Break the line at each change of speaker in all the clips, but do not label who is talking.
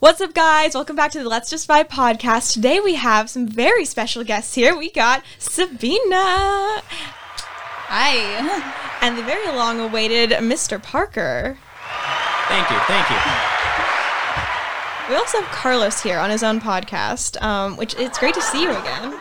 What's up, guys? Welcome back to the Let's Just Vibe podcast. Today we have some very special guests here. We got Sabina
Hi.
and the very long awaited Mr. Parker.
Thank you, thank you.
We also have Carlos here on his own podcast, um, which it's great to see you again.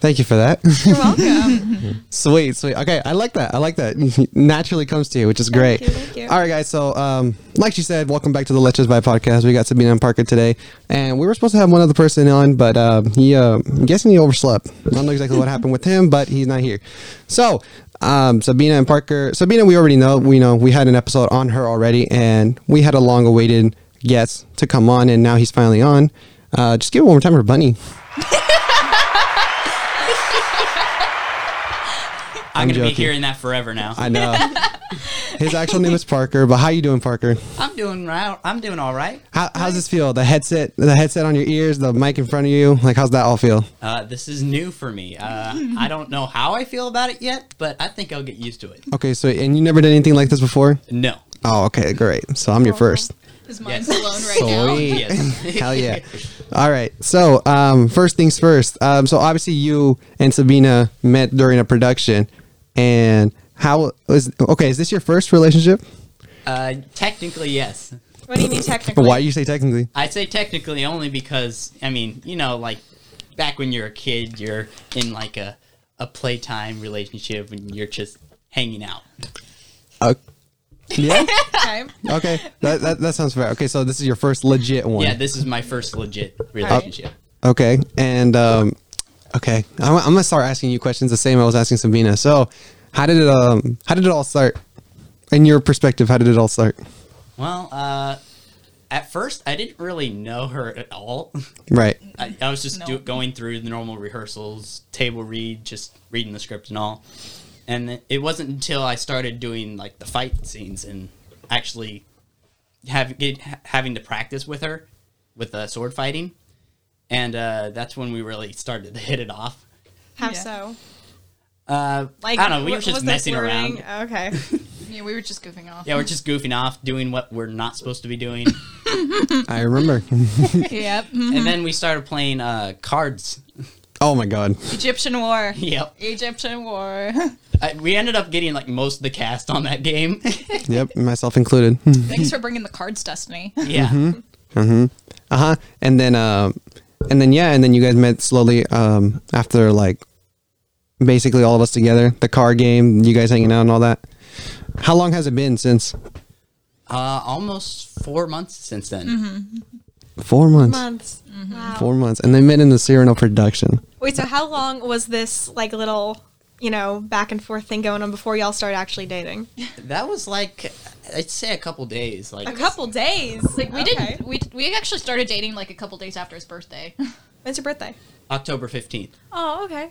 Thank you for that.
You're welcome.
sweet, sweet. Okay, I like that. I like that. Naturally comes to you, which is great.
you, thank you.
All right, guys. So, um, like she said, welcome back to the Let's Just Buy podcast. We got Sabina and Parker today, and we were supposed to have one other person on, but um, he, uh, I'm guessing he overslept. I don't know exactly what happened with him, but he's not here. So, um, Sabina and Parker. Sabina, we already know. We know we had an episode on her already, and we had a long-awaited guest to come on, and now he's finally on. Uh, just give it one more time for Bunny.
I'm,
I'm
gonna be
joking.
hearing that forever now.
I know. His actual name is Parker, but how you doing, Parker?
I'm doing right. I'm doing all right.
How, how's this feel? The headset, the headset on your ears, the mic in front of you. Like, how's that all feel?
Uh, this is new for me. Uh, I don't know how I feel about it yet, but I think I'll get used to it.
Okay, so and you never did anything like this before.
No.
Oh, okay, great. So I'm your first.
His mind's
Yes.
blown right now.
Sweet.
Yes.
Hell yeah. All right. So, um, first things first. Um, so obviously you and Sabina met during a production, and how is okay? Is this your first relationship?
Uh, technically, yes.
What do you mean technically?
Why do you say technically?
I say technically only because I mean, you know, like back when you're a kid, you're in like a a playtime relationship and you're just hanging out.
Uh, yeah.
Okay.
Okay. That, that that sounds fair. Okay. So this is your first legit one.
Yeah, this is my first legit relationship.
Okay, and um, okay, I'm, I'm gonna start asking you questions the same I was asking Sabina. So, how did it um, how did it all start? In your perspective, how did it all start?
Well, uh, at first I didn't really know her at all.
Right.
I, I was just
No.
do, going through the normal rehearsals, table read, just reading the script and all. And it- it wasn't until I started doing like the fight scenes and actually have, get, ha- having to practice with her with uh, sword fighting, and uh, that's when we really started to hit it off.
How
Yeah.
so?
Uh,
Like,
I don't know, we
wh-
were just
was there
messing
flirting?
around.
Okay.
Yeah, we were just goofing off.
Yeah, we're just goofing off, doing what we're not supposed to be doing.
I remember.
yep.
and then we started playing uh, cards.
oh my god.
Egyptian war.
yep.
Egyptian war.
I, we ended up getting like most of the cast on that game.
Yep, myself included.
Thanks for bringing the cards, Destiny.
yeah.
Uh huh. And then um, and then yeah, and then you guys met slowly um after like basically all of us together, the car game, you guys hanging out and all that. How long has it been since?
Uh, almost four months since then.
Mm-hmm.
Four months.
Months. Wow.
Four months, and they met in the Cyrano production.
Wait, so how long was this like little, you know, back and forth thing going on before y'all started actually dating?
That was like, I'd say a couple days. Like
A couple days.
Like we didn't. We we actually started dating like a couple days after his birthday.
When's your birthday?
October fifteenth.
Oh, okay.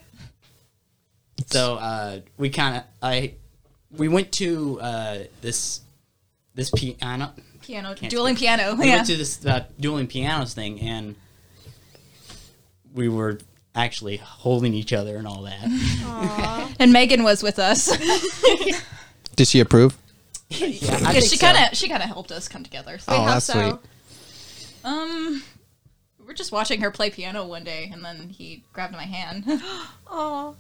So uh, we kind of I we went to uh, this this piano.
Piano,
Can't
dueling piano.
We
yeah.
went to this uh, dueling pianos thing, and we were actually holding each other and all that.
and Megan was with us.
Did she approve?
yeah, I
Yeah,
think
she
so.
kind of she kind of helped us come together.
Wait,
Oh,
how
that's
so?
sweet.
Um, we we're just watching her play piano one day, and then he grabbed my hand.
Oh.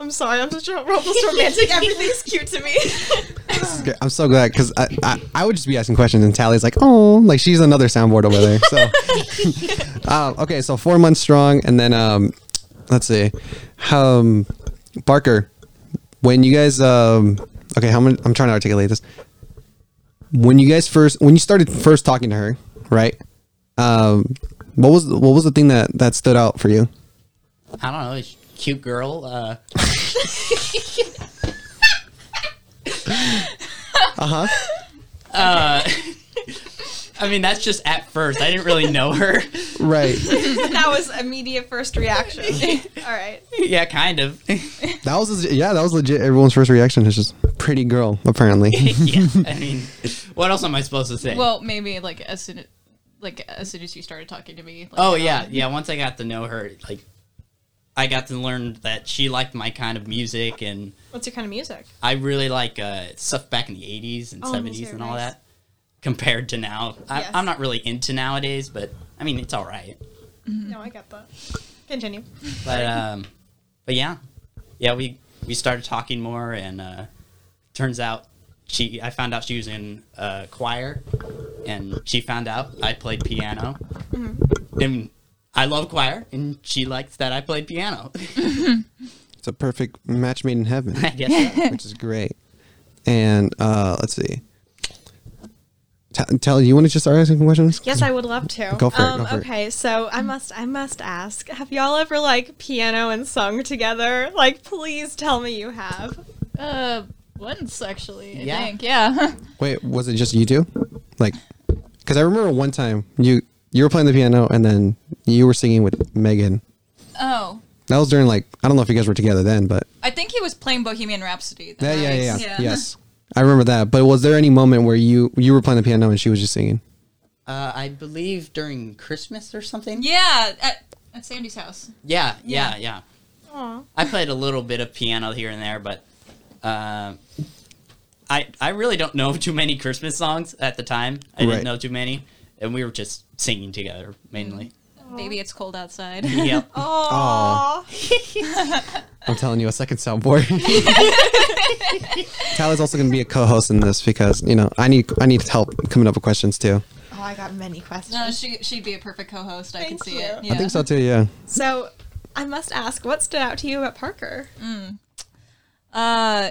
I'm sorry, I'm such a hopeless romantic. Everything's cute to me.
Okay, I'm so glad because I, I I would just be asking questions and Tally's like, oh, like she's another soundboard over there. So, um, okay, so four months strong, and then um, let's see, um, Barker, when you guys um, okay, how many? I'm trying to articulate this. When you guys first, when you started first talking to her, right? Um, what was what was the thing that that stood out for you?
I don't know. it's Cute girl. Uh,
Uh huh.
Uh, I mean, that's just at first. I didn't really know her.
Right.
that was immediate first reaction. All right.
yeah, kind of.
That was yeah. That was legit. Everyone's first reaction is just pretty girl. Apparently.
yeah, I mean, what else am I supposed to say?
Well, maybe like as soon, like as soon as you started talking to me. Like,
oh yeah, yeah. Once I got to know her, like, I got to learn that she liked my kind of music, and
What's your kind of music?
I really like uh, stuff back in the '80s and
Oh, me
'70s
too,
and all
nice.
that. compared to now. I,
Yes.
I'm not really into nowadays, but I mean it's all right.
No, I got that. Continue.
But um, but yeah, yeah we we started talking more, and uh, turns out she I found out she was in uh, choir, and she found out I played piano,
Mm-hmm.
and I love choir, and she likes that I played piano.
It's a perfect match made in heaven,
I guess so.
which is great. And uh, let's see. T- tell you want to just start asking questions?
Yes, I would love to.
Go for it,
um,
go for it.
okay, so I must I must ask, have y'all ever like piano and sung together? Like please tell me you have.
Uh, once actually, I
Yeah.
think. Yeah.
Wait, was it just you two? Like, because I remember one time you you were playing the piano and then you were singing with Megan.
oh,
That was during like I don't know if you guys were together then, but
I think he was playing Bohemian Rhapsody.
yeah,
then.
yeah, yeah,
Yeah.
yes, I remember that. But was there any moment where you you were playing the piano and she was just singing?
Uh, I believe during Christmas or something.
Yeah, at, at Sandy's house.
Yeah, yeah, yeah.
Aw.
I played a little bit of piano here and there, but uh, I I really don't know too many Christmas songs at the time. I
Right.
didn't know too many, and we were just singing together mainly.
Maybe it's cold outside.
yep.
Oh.
I'm telling you, a second soundboard. Tyler's also going to be a co-host in this because you know I need I need help coming up with questions too.
Oh, I got many questions.
no, she she'd be a perfect co-host. I can
Thank
see
you.
it.
I
Yeah.
I think so too. Yeah.
So I must ask, what stood out to you about Parker?
Uh,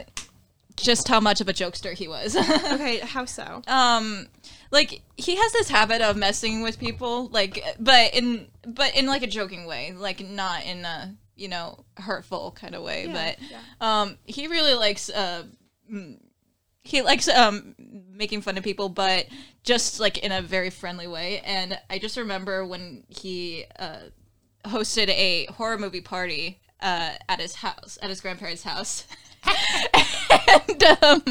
just how much of a jokester he was.
Okay, how so?
um like he has this habit of messing with people like but in but in like a joking way like not in a you know hurtful kind of way
Yeah,
but um he really likes uh mm, he likes um making fun of people but just like in a very friendly way and i just remember when he uh hosted a horror movie party uh, at his house, at his grandparents' house. and um,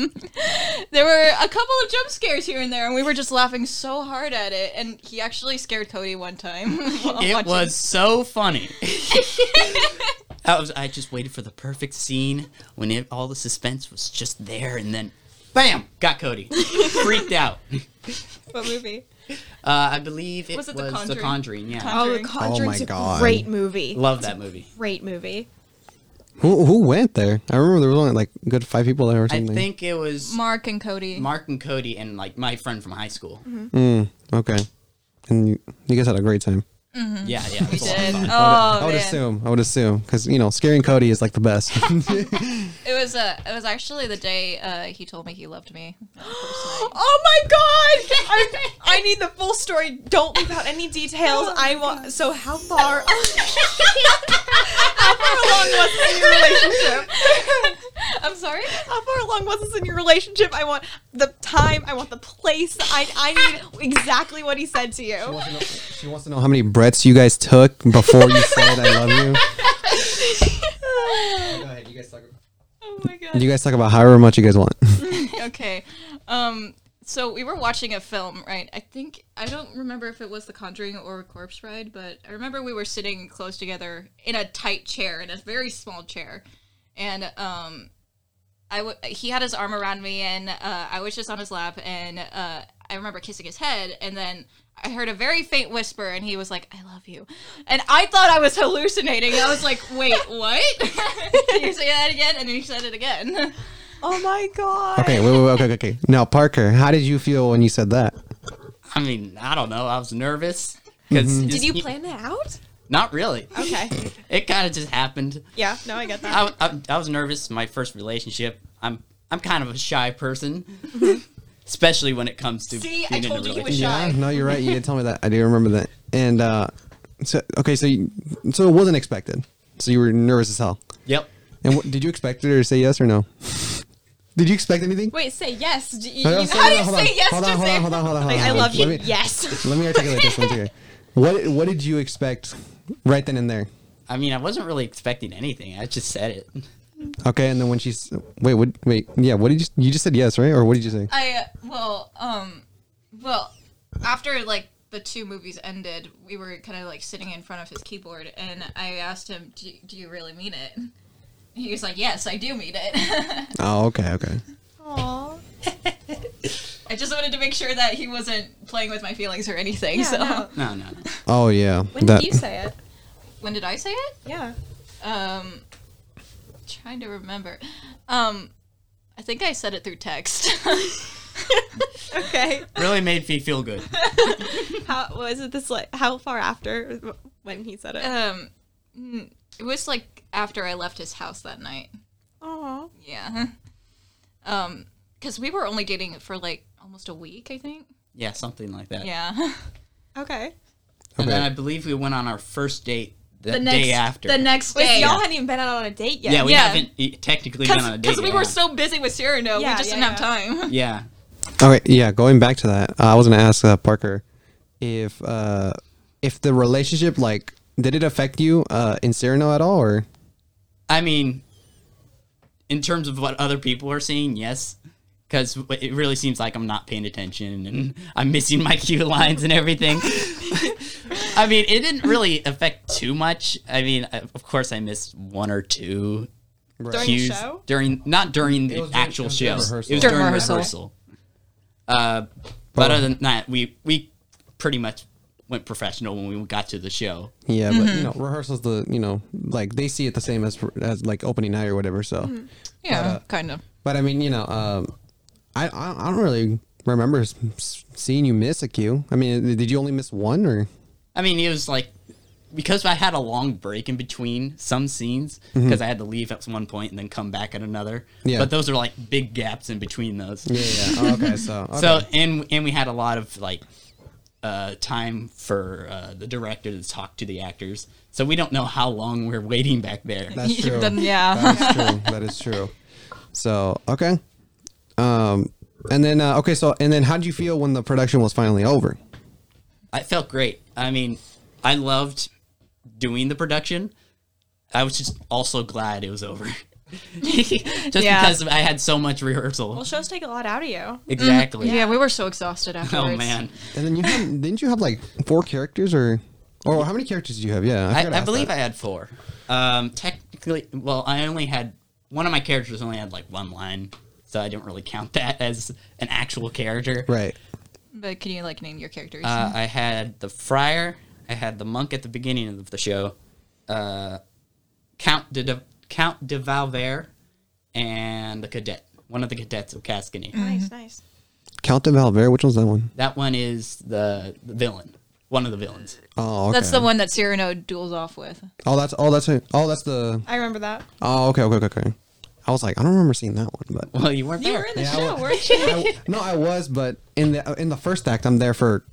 there were a couple of jump scares here and there, and we were just laughing so hard at it. And he actually scared Cody one time. while
It
watching.
was so funny. I, was, I just waited for the perfect scene when it, all the suspense was just there, and then, bam, got Cody freaked out. Uh,
What movie?
I believe it was,
Was it The
The
Conjuring?
Conjuring. Yeah,
Con-
Oh, The
Conjuring.
Conjuring's
my
a
God.
great movie.
love that movie.
Great movie.
Who who went there? I remember there was only like a good five people there or
I
something.
think it was
Mark and Cody.
Mark and Cody and like my friend from high school.
Mm-hmm.
Okay. And you, you guys had a great time.
Yeah, yeah. it
we
was a lot of
did.
fun.
Oh,
I would
man.
assume. I would assume because you know, scaring Cody is like the best.
It was uh, it was actually the day uh, he told me he loved me.
Oh my god! I, I need the full story. Don't leave out any details. I want. So how far? how far along was this in your relationship?
I'm sorry.
How far along was this in your relationship? I want the time. I want the place. I I need exactly what he said to you.
she wants to know how many breaths you guys took before you said "I love you." Go ahead, you guys talk.
Oh my god.
You guys talk about however much you guys want.
okay. Um so we were watching a film, right? I think I don't remember if it was The Conjuring or Corpse Bride, but I remember we were sitting close together in a tight chair, in a very small chair, and um, I w- he had his arm around me, and uh, I was just on his lap, and uh, I remember kissing his head, and then I heard a very faint whisper, and he was like, "I love you," and I thought I was hallucinating. I was like, "Wait, what? Can you say that again?" And then he said it again.
Oh my god.
Okay, wait, wait, wait, okay, okay, okay. Now, Parker, how did you feel when you said that?
I mean, I don't know. I was nervous. because
Did you plan that out?
Not really.
Okay.
It kind of just happened.
Yeah. No, I get that.
I, I, I was nervous. My first relationship. I'm I'm kind of a shy person,
Mm-hmm.
especially when it comes to
See, I
being in a
told you he was
relationship.
Shy.
no, you're right. You did tell me that. I do remember that. And uh, so, okay, so you, so it wasn't expected. So you were nervous as hell.
Yep.
And what, did you expect her to say yes or no? Did you expect anything?
Wait. Say yes. Do you,
Hold on,
you-
hold
E. how
on,
you
hold on,
say yes
hold
to
on, hold
say-
on, hold on, hold on, hold
I
on.
love you.
Let me,
yes.
let me articulate this one here. What What did you expect right then and there?
I mean, I wasn't really expecting anything. I just said it.
Okay, and then when she's wait, what, wait, yeah, what did you you just said yes, right? Or what did you say?
I well, um, well, after like the two movies ended, we were kind of like sitting in front of his keyboard, and I asked him, "Do, do you really mean it?" He was like, "Yes, I do mean it."
Oh, okay, okay.
Aw.
I just wanted to make sure that he wasn't playing with my feelings or anything.
Yeah,
so,
no.
No, no, no.
Oh yeah.
When
that
did you say it?
when did I say it?
Yeah.
Um, trying to remember. Um, I think I said it through text.
Okay.
Really made me feel good.
How was it? This like how far after when he said it?
um, mm, it was like after I left his house that night.
Oh,
Yeah. Um, because we were only dating for like almost a week, I think.
Yeah, something like that.
Yeah.
okay.
And then
Okay.
I believe we went on our first date the,
the next
day after.
The next
Wait,
day.
y'all hadn't even been out on a date yet.
yeah, we
Yeah.
haven't e- technically been on a date.
because we were
yet.
so busy with
Yeah,
Cyrano, we just
yeah,
didn't have time.
Yeah.
Okay, yeah, going back to that, uh, I was gonna ask uh, Parker if uh, if the relationship like did it affect you uh, in Cyrano at all, or
I mean, in terms of what other people are seeing, yes. Because it really seems like I'm not paying attention and I'm missing my cue lines and everything. I mean, it didn't really affect too much. I mean, I- of course, I missed one or two
During the
cues
show?
during not during the
was during-
actual
it was
show.
during rehearsal.
It was
During
during
rehearsal.
rehearsal. Uh, but
Oh.
other than that, we we pretty much went professional when we got to the show.
yeah, but you know, rehearsals the you know like they see it the same as as like opening night or whatever. So,
Yeah, kind of.
but I mean, you know, um, I, I I don't really remember s- s- seeing you miss a cue. I mean, did you only miss one or?
I mean, it was like because I had a long break in between some scenes because I had to leave at one point and then come back at another.
Mm-hmm. Yeah.
But those are like big gaps in between those.
Yeah, yeah. Oh, okay, so okay.
So and and we had a lot of like uh, time for uh, the director to talk to the actors. So we don't know how long we're waiting back there.
that's true.
Then- yeah.
That's true. That is true. So okay, um, and then uh, okay, so and then how did you feel when the production was finally over?
I felt great. I mean, I loved doing the production. I was just also glad it was over. just
Yeah.
because I had so much rehearsal.
Well, shows take a lot out of you.
exactly.
mm-hmm. Yeah. we were so exhausted afterwards.
Oh man,
And then you had, didn't you have like four characters or or how many characters did you have? Yeah, forgot to
I, I
ask
believe
that.
I had four. Um, technically, well, I only had one of my characters only had like one line, so I didn't really count that as an actual character.
right.
But can you like name your characters?
Uh, I had the friar. I had the monk at the beginning of the show. Uh, Count de, de Count de Valverde and the cadet, one of the cadets of Cascany.
Mm-hmm.
Nice, nice.
Count de Valverde. Which one's that one?
That one is the, the villain, one of the villains.
Oh, okay.
That's the one that Cyrano duels off with.
Oh, that's oh that's it. oh that's the
I remember that.
oh okay okay okay. okay. I was like I don't remember seeing that one, but
Well, you weren't
You
there.
were in the
Yeah, I
show,
was-
weren't you?
I, no, I was, but in the in the first act, I'm there for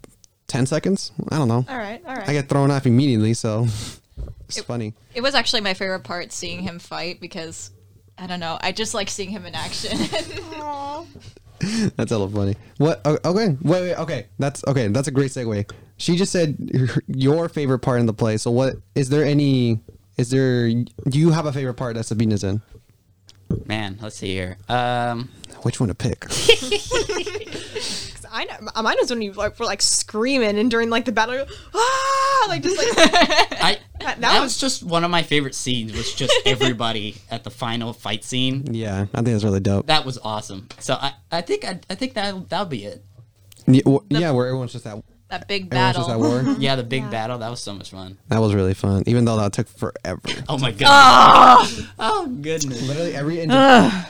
ten seconds. I don't know.
All right, all right.
I get thrown off immediately, so it's funny.
It was actually my favorite part seeing him fight because I don't know. I just like seeing him in action.
Aw.
That's hella funny. What? o- Okay. Wait. Wait. Okay. That's okay. That's a great segue. She just said her- your favorite part in the play. So what is there any? Is there? Do you have a favorite part that Sabina's in?
Man, let's see here. Um,
Which one to pick?
'Cause I know m- mine was when you like were like screaming and during like the battle, you're like, ah, like just like
I
That- that
that,
was-
was just one of my favorite scenes. Was just everybody at the final fight scene.
yeah, I think that's really dope.
That was awesome. So I, I think I, I think that that'll be it.
yeah, wh- yeah, where everyone's just at
that big
everyone's just
battle.
at war.
Yeah, the big battle. That was so much fun.
that was really fun, even though that took forever.
Oh my god. Oh, goodness.
Literally every indi-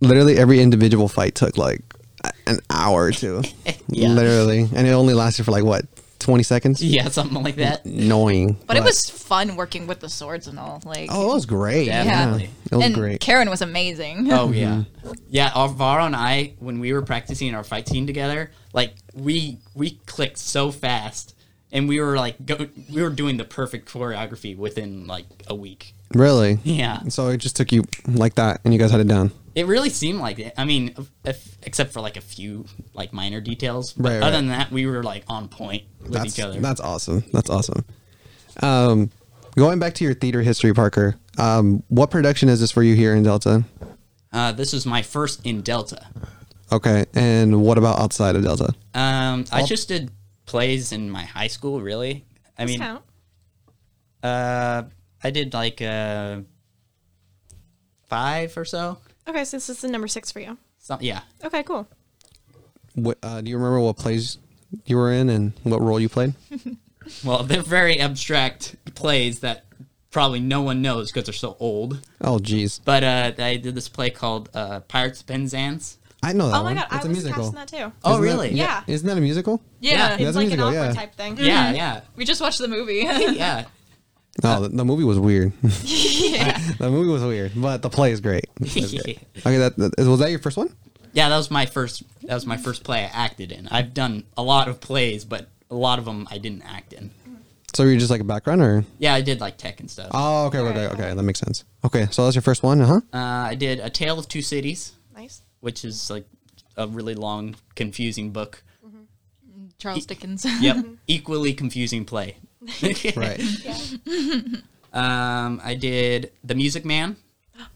literally every individual fight took like a- an hour or two.
Yeah.
Literally, and it only lasted for like what twenty seconds.
Yeah, something like that.
Annoying.
But it was fun working with the swords and all. Like,
Oh, it was great.
Definitely.
It was
and
great.
Karen was amazing.
Oh yeah, yeah. Alvaro and I, when we were practicing our fight team together, like we we clicked so fast, and we were like go, we were doing the perfect choreography within like a week.
really?
Yeah.
So it just took you like that, and you guys had it down.
It really seemed like it. I mean, if, except for like a few like minor details. But
Right, right.
other than that, we were like on point with
That's
each other.
that's awesome. That's awesome. Um, going back to your theater history, Parker. Um, what production is this for you here in Delta?
Uh, this was my first in Delta.
Okay, and what about outside of Delta?
Um, I just did plays in my high school. Really, I mean,
count.
uh, I did like uh, five or so.
Okay, so this is the number six for you.
Some, yeah.
Okay, cool.
What, uh, do you remember what plays you were in and what role you played?
Well, they're very abstract plays that probably no one knows because they're so old.
Oh, geez,
But uh, I did this play called uh, Pirates of Penzance.
I know that
oh my
one.
god,
It's
I
a
was
musical.
casting that too.
Oh,
Isn't that-
really?
Yeah.
Isn't that a musical?
Yeah.
it's
That's
like
musical,
an opera
yeah.
type thing.
Yeah, yeah,
We just watched the movie.
yeah.
No, Oh, the, the movie was weird. the movie was weird, but the play is great. It's great. okay, that, that was that your first one?
Yeah, that was my first. That was my first play I acted in. I've done a lot of plays, but a lot of them I didn't act in.
So you're just like a background or?
Yeah, I did like tech and stuff. Uh,
Oh, okay, okay, okay. That makes sense. Okay, so that's your first one, uh-huh. huh?
Uh, I did A Tale of Two Cities,
Nice.
which is like a really long, confusing book.
Charles Dickens.
Yep, equally confusing play.
Right.
Um, I did The Music Man.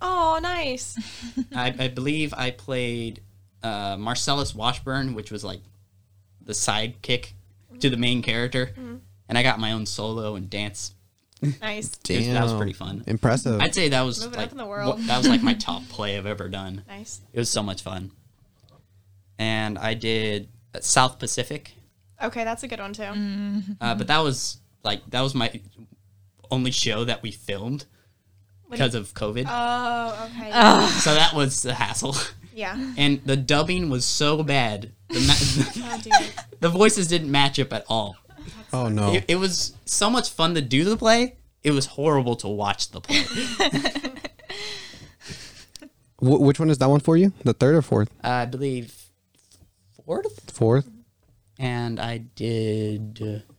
Oh, nice.
I, I believe I played uh, Marcellus Washburn, which was like the sidekick to the main character, and I got my own solo and dance.
Nice.
It was- that was pretty fun.
Impressive.
I'd say that was
Moving up
like
in the world.
wha- that was like my top play I've ever done.
Nice.
It was so much fun, and I did uh, South Pacific,
Okay, that's a good one too.
Mm.
uh,
Mm-hmm.
but that was like that was my only show that we filmed
What do
because of COVID.
Oh, okay.
Ah.
so that was the hassle,
yeah.
and the dubbing was so bad. The ma-
Oh, dude.
the voices didn't match up at all.
oh no.
It, it was so much fun to do the play. It was horrible to watch the play.
Wh- which one is that one for you? The third or fourth?
I believe fourth,
Fourth.
and I did uh,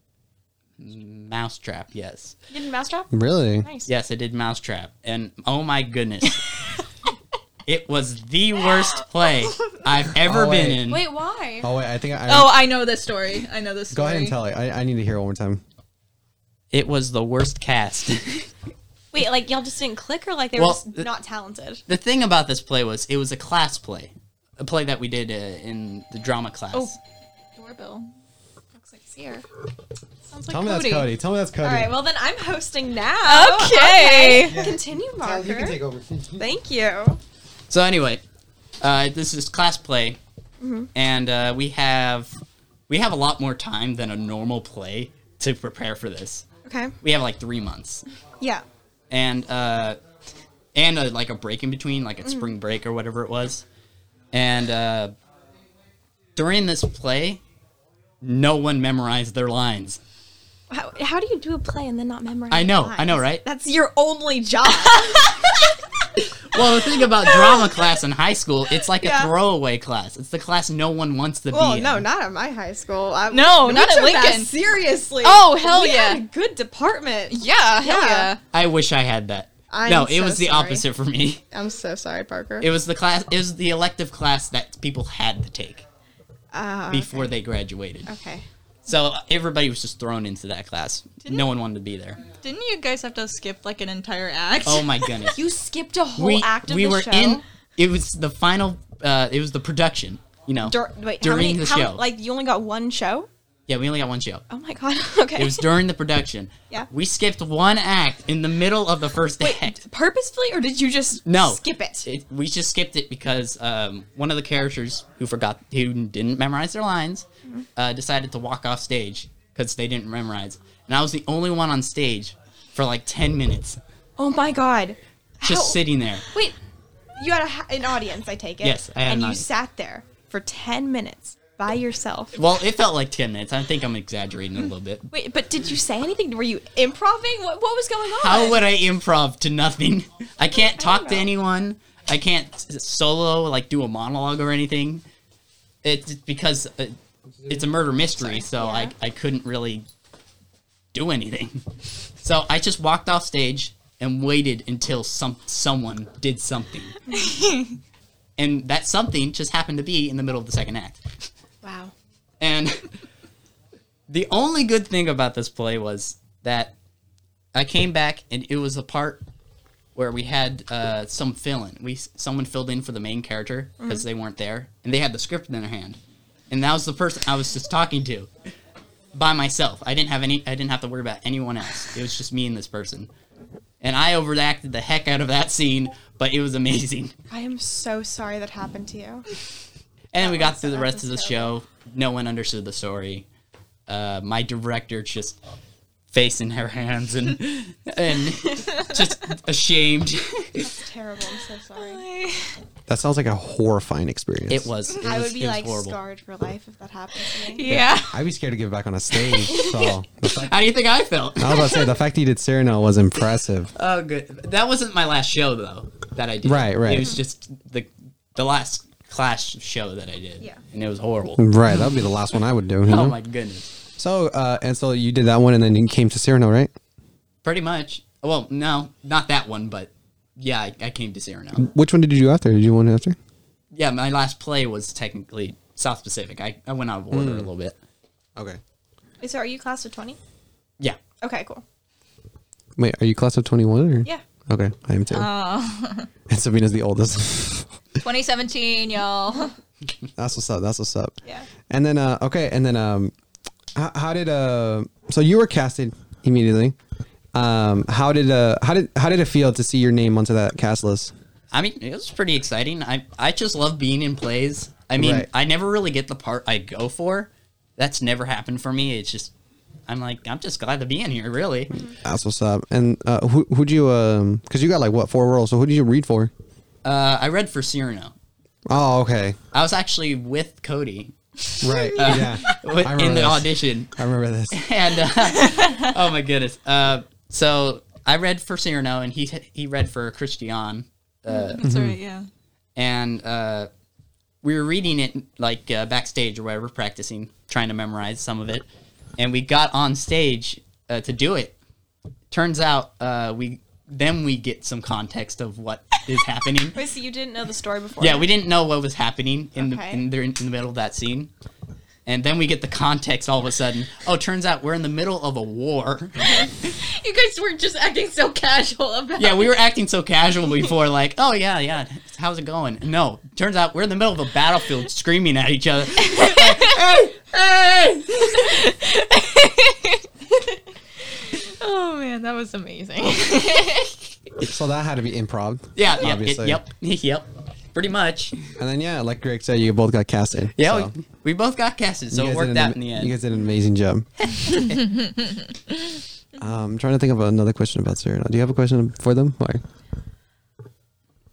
Mousetrap. Yes,
You did Mousetrap?
Mm.
Really?
Nice.
yes, I did Mousetrap, and oh my goodness, it was the worst play I've ever
Oh,
been
wait.
in.
Wait, why?
Oh wait, I think I.
oh, I know this story. I know this
go
story.
ahead and tell it. I, I need to hear it one more time.
It was the worst cast.
Wait, like y'all just didn't click or like they
Well,
were just
th-
not talented?
the thing about this play was it was a class play, a play that we did uh, in the drama class.
Oh. Doorbell. Looks like it's here. Sounds like
Tell me
Cody. Oh,
that's Cody. Tell me that's Cody.
All right, well then I'm hosting now.
Okay.
Continue, Marker.
over.
Thank you.
So anyway, uh, this is class play, and uh, we have we have a lot more time than a normal play to prepare for this.
Okay.
We have like three months,
Yeah.
and uh, and uh like a break in between, like
Mm.
a spring break or whatever it was. And uh, during this play, no one memorized their lines.
How, how do you do a play and then not memorize?
I know,
the
I know,
lines?
right?
That's your only job.
Well, the thing about drama class in high school, it's like
Yeah.
a throwaway class. It's the class no one wants to
well,
be in.
no, not at my high school. I,
No,
we
not at
took that
Lincoln.
seriously.
Oh, hell
We had
yeah.
a good department.
Yeah, hell
Yeah.
yeah.
I wish I had that.
I'm
no, it
so
was the
sorry.
opposite for me.
I'm so sorry, Parker.
It was the class. It was the elective class that people had to take
Ah,
before they graduated.
okay.
So everybody was just thrown into that class. no one wanted to be there.
Didn't you guys have to skip like an entire act?
Oh my goodness.
You skipped a whole
we
act of
we
the
were
show.
in. It was the final. Uh, it was the production. You know,
Dur- wait,
during
how many,
the
how,
show.
Like you only got one show?
yeah, we only got one show.
Oh my god. Okay.
It was during the production.
Yeah.
We skipped one act in the middle of the first act.
purposefully or did you just
No.
skip it?
it, we just skipped it because um, one of the characters who forgot who didn't memorize their lines
Mm-hmm.
uh, decided to walk off stage because they didn't memorize and i was the only one on stage for like 10 minutes
Oh my god. How-
just sitting there
Wait. You had a, ha- an audience, I take it.
Yes, I had
And
an
you
audience.
sat there for 10 minutes by yourself.
well it felt like 10 minutes i think i'm exaggerating a little bit
Wait, but did you say anything? Were you improving? What, what was going on?
how would i improv to nothing i can't talk to
know.
anyone i can't s- solo like do a monologue or anything it's because uh, it's a murder mystery so
Yeah.
I, I couldn't really do anything so i just walked off stage and waited until some someone did something and that something just happened to be in the middle of the second act
Wow.
and the only good thing about this play was that I came back and it was a part where we had uh, some fill in. We someone filled in for the main character because they weren't there, and they had the script in their hand, and that was the person I was just talking to by myself. I didn't have any. I didn't have to worry about anyone else. It was just me and this person, and I overacted the heck out of that scene but it was amazing.
I am so sorry that happened to you.
And we got
was-
through the
that
rest
was
of the show.
terrible.
No one understood the story. Uh, my director just face in her hands and and just ashamed.
It's terrible. I'm so sorry.
That sounds like a horrifying experience.
It was. It was,
I would be
it was
like
horrible.
scarred for life if that happened to me.
yeah.
I'd be scared to get back on a stage. So the fact,
How do you think I felt?
I was about to say the fact that you did Cyrano was impressive.
Oh, good. That wasn't my last show though that I did.
Right, right.
It was just the the last Clash show that I did.
Yeah.
And it was horrible.
Right, that would be the last one I would do. you know?
Oh my goodness.
So uh, and so you did that one, and then you came to Cyrano, right?
Pretty much. Well, no, not that one, but yeah, I, I came to Cyrano.
Which one did you do after? Did you do one after?
Yeah, my last play was technically South Pacific. I, I went out of
Hmm.
order a little bit.
Okay.
So are you class of 20?
Yeah.
Okay, cool.
Wait, are you class of twenty one or?
Yeah.
Okay, I am too.
Oh.
and Sabina's the oldest.
2017, y'all.
Mm-hmm. That's what's up. That's what's up.
Yeah.
And then uh, okay, and then um, how, how did uh, so you were casted immediately. Um, how did uh, how did how did it feel to see your name onto that cast list?
I mean, it was pretty exciting. I I just love being in plays. I mean,
Right.
I never really get the part I go for. That's never happened for me. It's just I'm like I'm just glad to be in here, really.
That's what's up. And uh, who who'd you um? Because you got like what four roles? So who did you read for?
Uh, I read for Cyrano.
Oh, okay,
I was actually with Cody
right, yeah.
with,
I
in
remember
the
this.
audition,
I remember this.
and uh, oh my goodness. Uh, so I read for Cyrano, and he he read for Christian,
That's right, yeah.
and uh, we were reading it like uh, backstage or whatever, practicing, trying to memorize some of it, and we got on stage uh, to do it. Turns out uh, we then we get some context of what is happening.
Wait, so you didn't know the story before?
Yeah, we didn't know what was happening in
Okay.
the in the, in the middle of that scene. And then we get the context all of a sudden. Oh, turns out we're in the middle of a war.
You guys were just acting so casual about
Yeah, we were acting so casual before, like, oh, yeah, yeah, how's it going? No, turns out we're in the middle of a battlefield screaming at each other.
Oh man, that was amazing.
So that had to be improv.
Yeah, yep, it-
Obviously.
yep, yep, pretty much.
And then yeah, like Greg said, you both got casted.
Yeah,
So
we, we both got casted, so
you
it
guys
worked
did an
out in
am-
the
You
end.
guys did an amazing job. um, I'm trying to think of another question about Cyrano. Do you have a question for them? Or?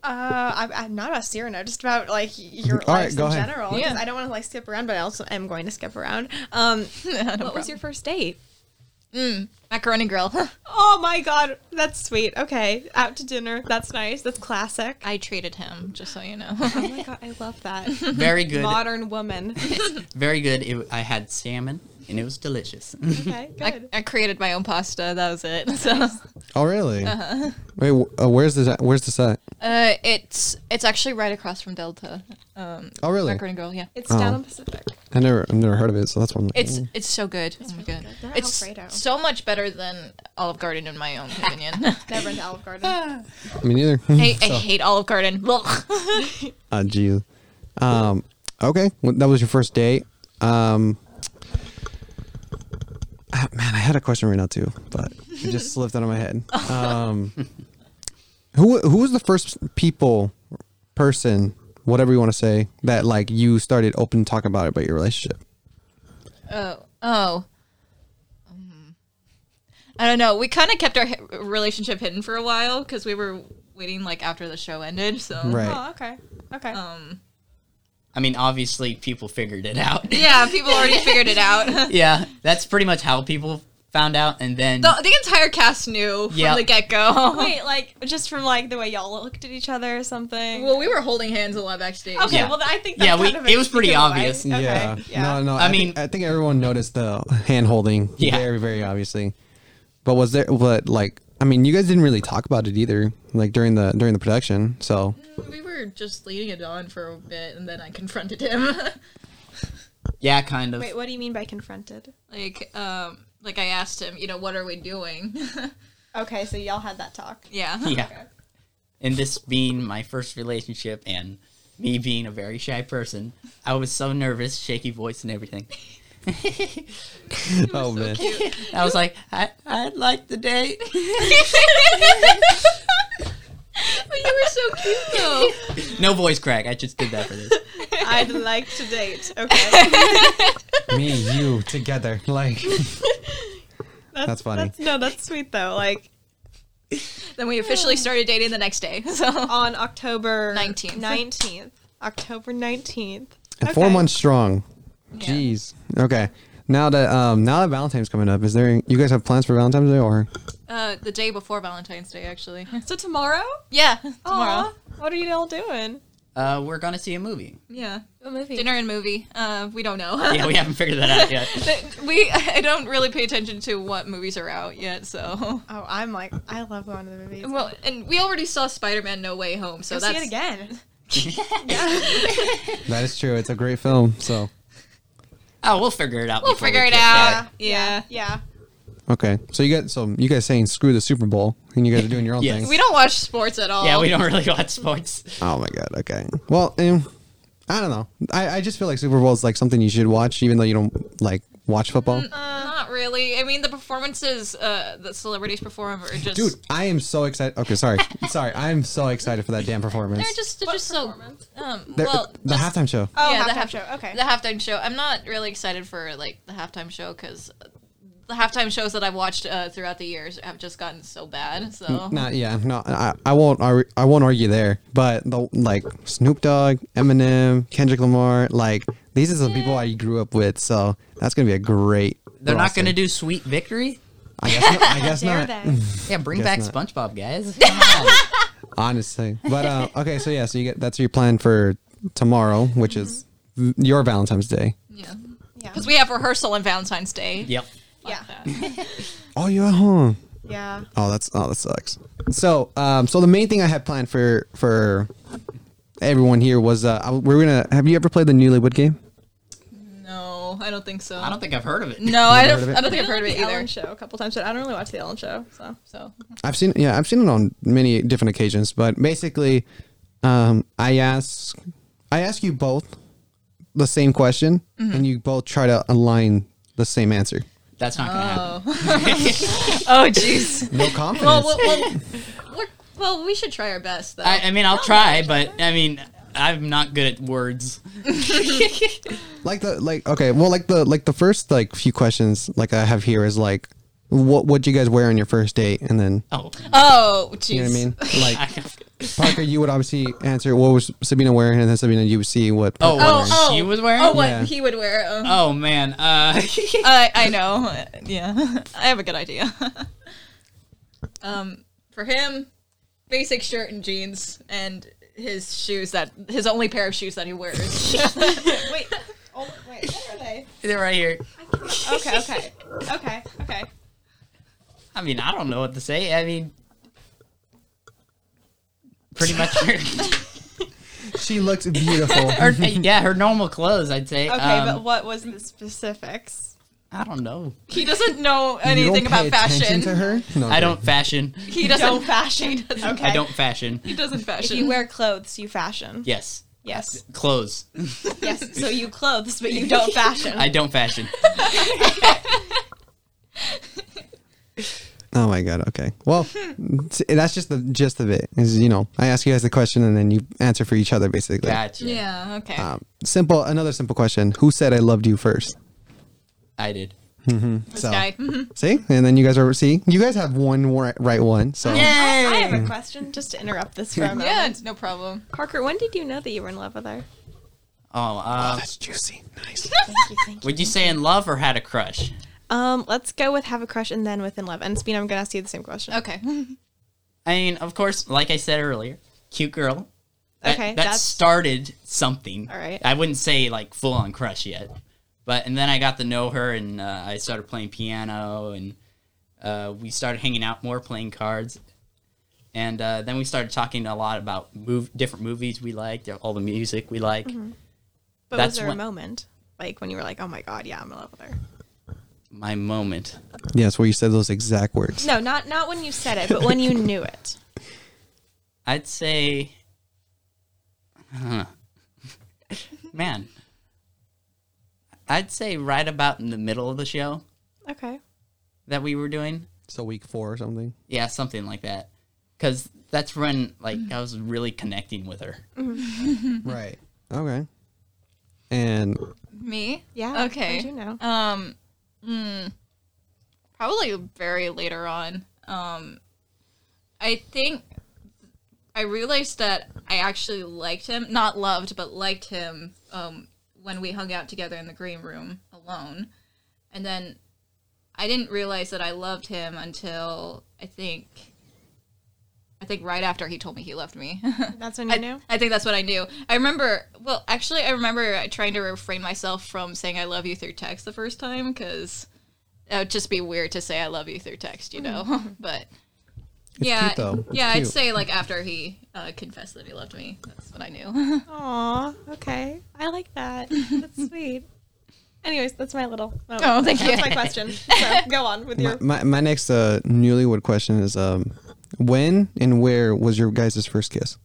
Uh, I'm, I'm not about Cyrano, just about like your
All right,
lives
go
in
ahead.
general. 'cause
Yeah.
I don't want to like skip around, but I also am going to skip around. Um, what was your first date?
Macaroni grill.
Oh my god, that's sweet. Okay, out to dinner. That's nice. That's classic.
I treated him, just so you know.
Oh my god, I love that
Very good,
modern woman.
very good. It, I had salmon, and it was delicious.
Okay,
I,
good.
I created my own pasta. That was it. So,
Oh, really? Wait, wh- uh, where's the where's the set?
uh, it's it's actually right across from Delta. Um,
Oh, really?
Macaroni grill, yeah.
It's
Oh.
down on Pacific.
I never I've never heard of it, so that's one.
It's it's so good. It's oh my god,
good. They're
it's
Alfredo.
so much better than Olive Garden in my own opinion.
Never into Olive Garden.
me neither.
I, I hate Olive Garden. Blech.
Ah, jeez. Um, okay, well, that was your first date. Um, ah, man, I had a question right now too, but it just slipped out of my head. Um, who who was the first people, person, whatever you want to say, that like you started open talk about it about your relationship?
Oh, oh. Um, I don't know. We kind of kept our hi- relationship hidden for a while because we were waiting like after the show ended. So
Right.
Oh, okay, okay.
um,
I mean, obviously, people figured it out.
yeah, people already figured it out. the,
yeah, that's pretty much how people found out, and then
the entire cast knew from
Yeah.
the get go.
Wait, like just from like the way y'all looked at each other or something.
well, we were holding hands a lot backstage.
okay,
Yeah.
well I think that's
Yeah, we-
kind of
it was pretty
giveaway.
obvious.
Okay,
Yeah. No, no.
I
I, mean,
mean-
I think everyone noticed the hand holding.
Yeah.
Very, very obviously. But was there? But like, I mean, you guys didn't really talk about it either. Like during the during the production. So
We were just leading it on for a bit, and then I confronted him.
yeah, kind of.
Wait, what do you mean by confronted?
like, um, like I asked him, you know, what are we doing?
Okay, so y'all had that talk.
yeah.
yeah. And this being my first relationship and me being a very shy person, I was so nervous, shaky voice and everything.
oh man,
I was like, I, I'd like the date.
But you were so cute though.
No voice crack. I just did that for this.
I'd like to date. Okay.
Me and you together. Like
That's,
funny.
no, that's sweet though. Like
then we officially started dating the next day. So
on October
19th.
19th. October 19th.
and four
Okay.
months strong.
Yeah.
Jeez. Okay. Now that um now that Valentine's coming up, is there you guys have plans for Valentine's Day or
uh, the day before Valentine's Day, actually.
So tomorrow?
Yeah, tomorrow.
Tomorrow. What are you all doing?
Uh, we're gonna see a movie.
Yeah,
A movie.
dinner and movie. Uh, we don't know.
Yeah, we haven't figured that out yet.
But we I don't really pay attention to what movies are out yet. So
Oh, I'm like, I love going to the movies.
well, and we already saw Spider Man No Way Home. So
Go
that's
see it again.
that is true. It's a great film. So
Oh, we'll figure it out.
We'll
before we
figure it
get there.
out. Yeah.
Yeah.
okay. So you guys so you guys saying screw the Super Bowl and you guys are doing your own
Yes.
thing.
We don't watch sports at all.
Yeah, we don't really watch sports.
Oh my god. Okay. Well, um, I don't know. I, I just feel like Super Bowl is like something you should watch, even though you don't like watch football.
Mm, Uh, Not really. I mean, the performances uh, that celebrities perform are just
Dude, I am so excited. Okay, sorry, sorry. I am so excited for that damn performance.
they're just they're just so um
The-
well
the
just-
halftime show.
Oh,
yeah,
yeah,
the
halftime
half-
show. Okay.
the halftime show. I'm not really excited for like the halftime show because the halftime shows that I've watched uh, throughout the years have just gotten so bad. So
Nah, yeah, no, I, I won't. ar- I won't argue there. But the like Snoop Dogg, Eminem, Kendrick Lamar, like these are some people I grew up with. So that's gonna be a great.
They're not
roster.
gonna do Sweet Victory.
I guess not. I guess
Dare
not.
they?
Yeah, bring back
Guess
SpongeBob, guys. Come on.
Honestly, but uh, okay. So yeah, so you get that's your plan for tomorrow, which is v- your Valentine's Day.
yeah,
Yeah.
because we have rehearsal on Valentine's Day.
yep.
Yeah.
Oh, you're at home.
Yeah.
Oh, that's oh that sucks. So um, so the main thing I had planned for for everyone here was uh, I- we're gonna. Have you ever played the Newlywood game?
No, I don't think so.
I don't think I've heard of it.
No, I don't.
heard of it?
I don't think I've heard of it
The Ellen
either.
show a couple times, but I don't really watch the Ellen show. So,
So
I've seen yeah, I've seen it on many different occasions, but basically um I ask I ask you both the same question
Mm-hmm.
and you both try to align the same answer.
That's not gonna happen.
oh jeez.
No confidence.
well, well, well, we're, well, we should try our best though.
I, I mean, I'll try, but I mean, I'm not good at words.
like the like okay, well like the like the first like few questions like I have here is like what what you guys wear on your first date and then
Oh,
oh jeez.
you know what I mean? Like
I-
Parker, you would obviously answer what was Sabina wearing and then Sabina you would see what Parker
Oh,
was
she was wearing?
Oh, what
Yeah.
he would wear. Oh.
oh man. Uh,
I I know. Yeah, I have a good idea. um, for him, basic shirt and jeans, and his shoes that his only pair of shoes that he wears.
wait. Oh, wait. What are they?
they're right here.
Okay. Okay. Okay. Okay.
I mean, I don't know what to say. I mean, pretty much. Her,
wearing. She looks beautiful.
her, yeah, her normal clothes. I'd say.
Okay.
Um,
but what was the specifics?
I don't know.
he doesn't know
You don't
anything
pay
about
attention
fashion.
to her? No,
I
okay.
don't fashion.
He doesn't fashion. He doesn't,
Okay.
I don't fashion.
he doesn't
If
fashion.
you wear clothes, you fashion.
Yes,
Yes.
clothes.
Yes. So you clothes, but you don't fashion.
I don't fashion.
Oh my god. Okay. Well, t- that's just the gist of it. Is you know, I ask you guys the question and then you answer for each other, basically.
Gotcha.
yeah. Okay.
Um, simple. Another simple question. Who said I loved you first?
I did.
this
so-
guy. Mhm.
See, and then you guys are see. You guys have one more right one. So
I have a question just to interrupt this for a moment.
Yeah, it's no problem.
Parker, when did you know that you were in love with her?
Oh, uh,
that's juicy. Nice.
Thank you, thank you.
would you say in love or had a crush?
Um, let's go with have a crush and then within love. And Spina, I'm gonna ask you the same question.
Okay.
I mean, of course, like I said earlier, cute girl. That,
Okay,
that
that's-
started something.
All right.
I wouldn't say like full on crush yet, but and then I got to know her and uh, I started playing piano and uh, we started hanging out more, playing cards, and uh, then we started talking a lot about move different movies we liked, all the music we like.
Mm-hmm. But
That's
was there
when-
a moment like when you were like, "Oh my god, yeah, I'm in love with her"?
My moment.
Yes, where you said those exact words.
No, not not when you said it, but when you knew it.
I'd say, huh. man, I'd say right about in the middle of the show
Okay.
that we were doing.
So week four or something.
Yeah, something like that. because that's when like I was really connecting with her.
Right. Okay. And
Me?
Yeah.
Okay.
How'd you know?
Um, mm, probably very later on. Um, I think I realized that I actually liked him, not loved, but liked him um, when we hung out together in the green room alone. And then I didn't realize that I loved him until I think. I think right after he told me he loved me.
That's when you
I,
knew.
I think that's what I knew. I remember, well, actually, I remember trying to refrain myself from saying I love you through text the first time because it would just be weird to say I love you through text, you know?
Mm-hmm.
but yeah,
cute, though. It's
yeah, I'd
cute.
say like after he uh, confessed that he loved me, that's what I knew.
Aw, okay. I like that. That's sweet. Anyways, that's my little. moment.
Oh, thank
That's
you.
my question. So go on with
my,
your.
my, my next uh, newlywed question is um, when and where was your guys' first kiss?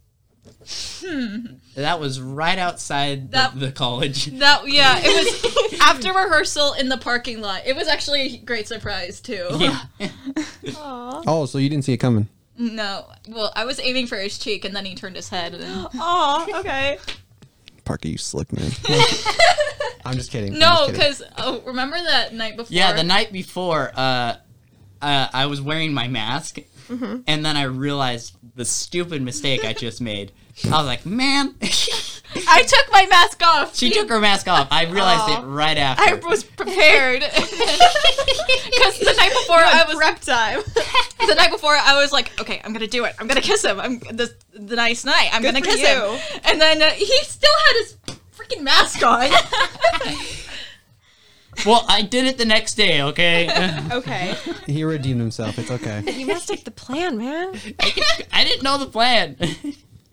That was right outside
That-
the, the college.
that yeah, it was after rehearsal in the parking lot. It was actually a great surprise too.
Yeah.
Aw.
Oh, so you didn't see it coming.
No, well, I was aiming for his cheek and then he turned his head. And
Aw, okay.
Parker, you slick man. I'm just kidding. I'm
no,
just kidding.
because oh, remember that night before?
Yeah, the night before, uh, uh, I was wearing my mask, and then I realized the stupid mistake I just made. I was like, man, she
I took my mask off.
took her mask off. I realized
Aw.
it right after.
I was prepared because the night before I was
prep time.
the night before I was like, okay, I'm gonna do it. I'm gonna kiss him. I'm this the nice night. I'm
Good
gonna
for
kiss
you.
him. And then uh, he still had his freaking mask on.
well, I did it the next day. Okay, I,
Okay.
he redeemed himself. It's okay.
You must take the plan, man.
I didn't know the plan.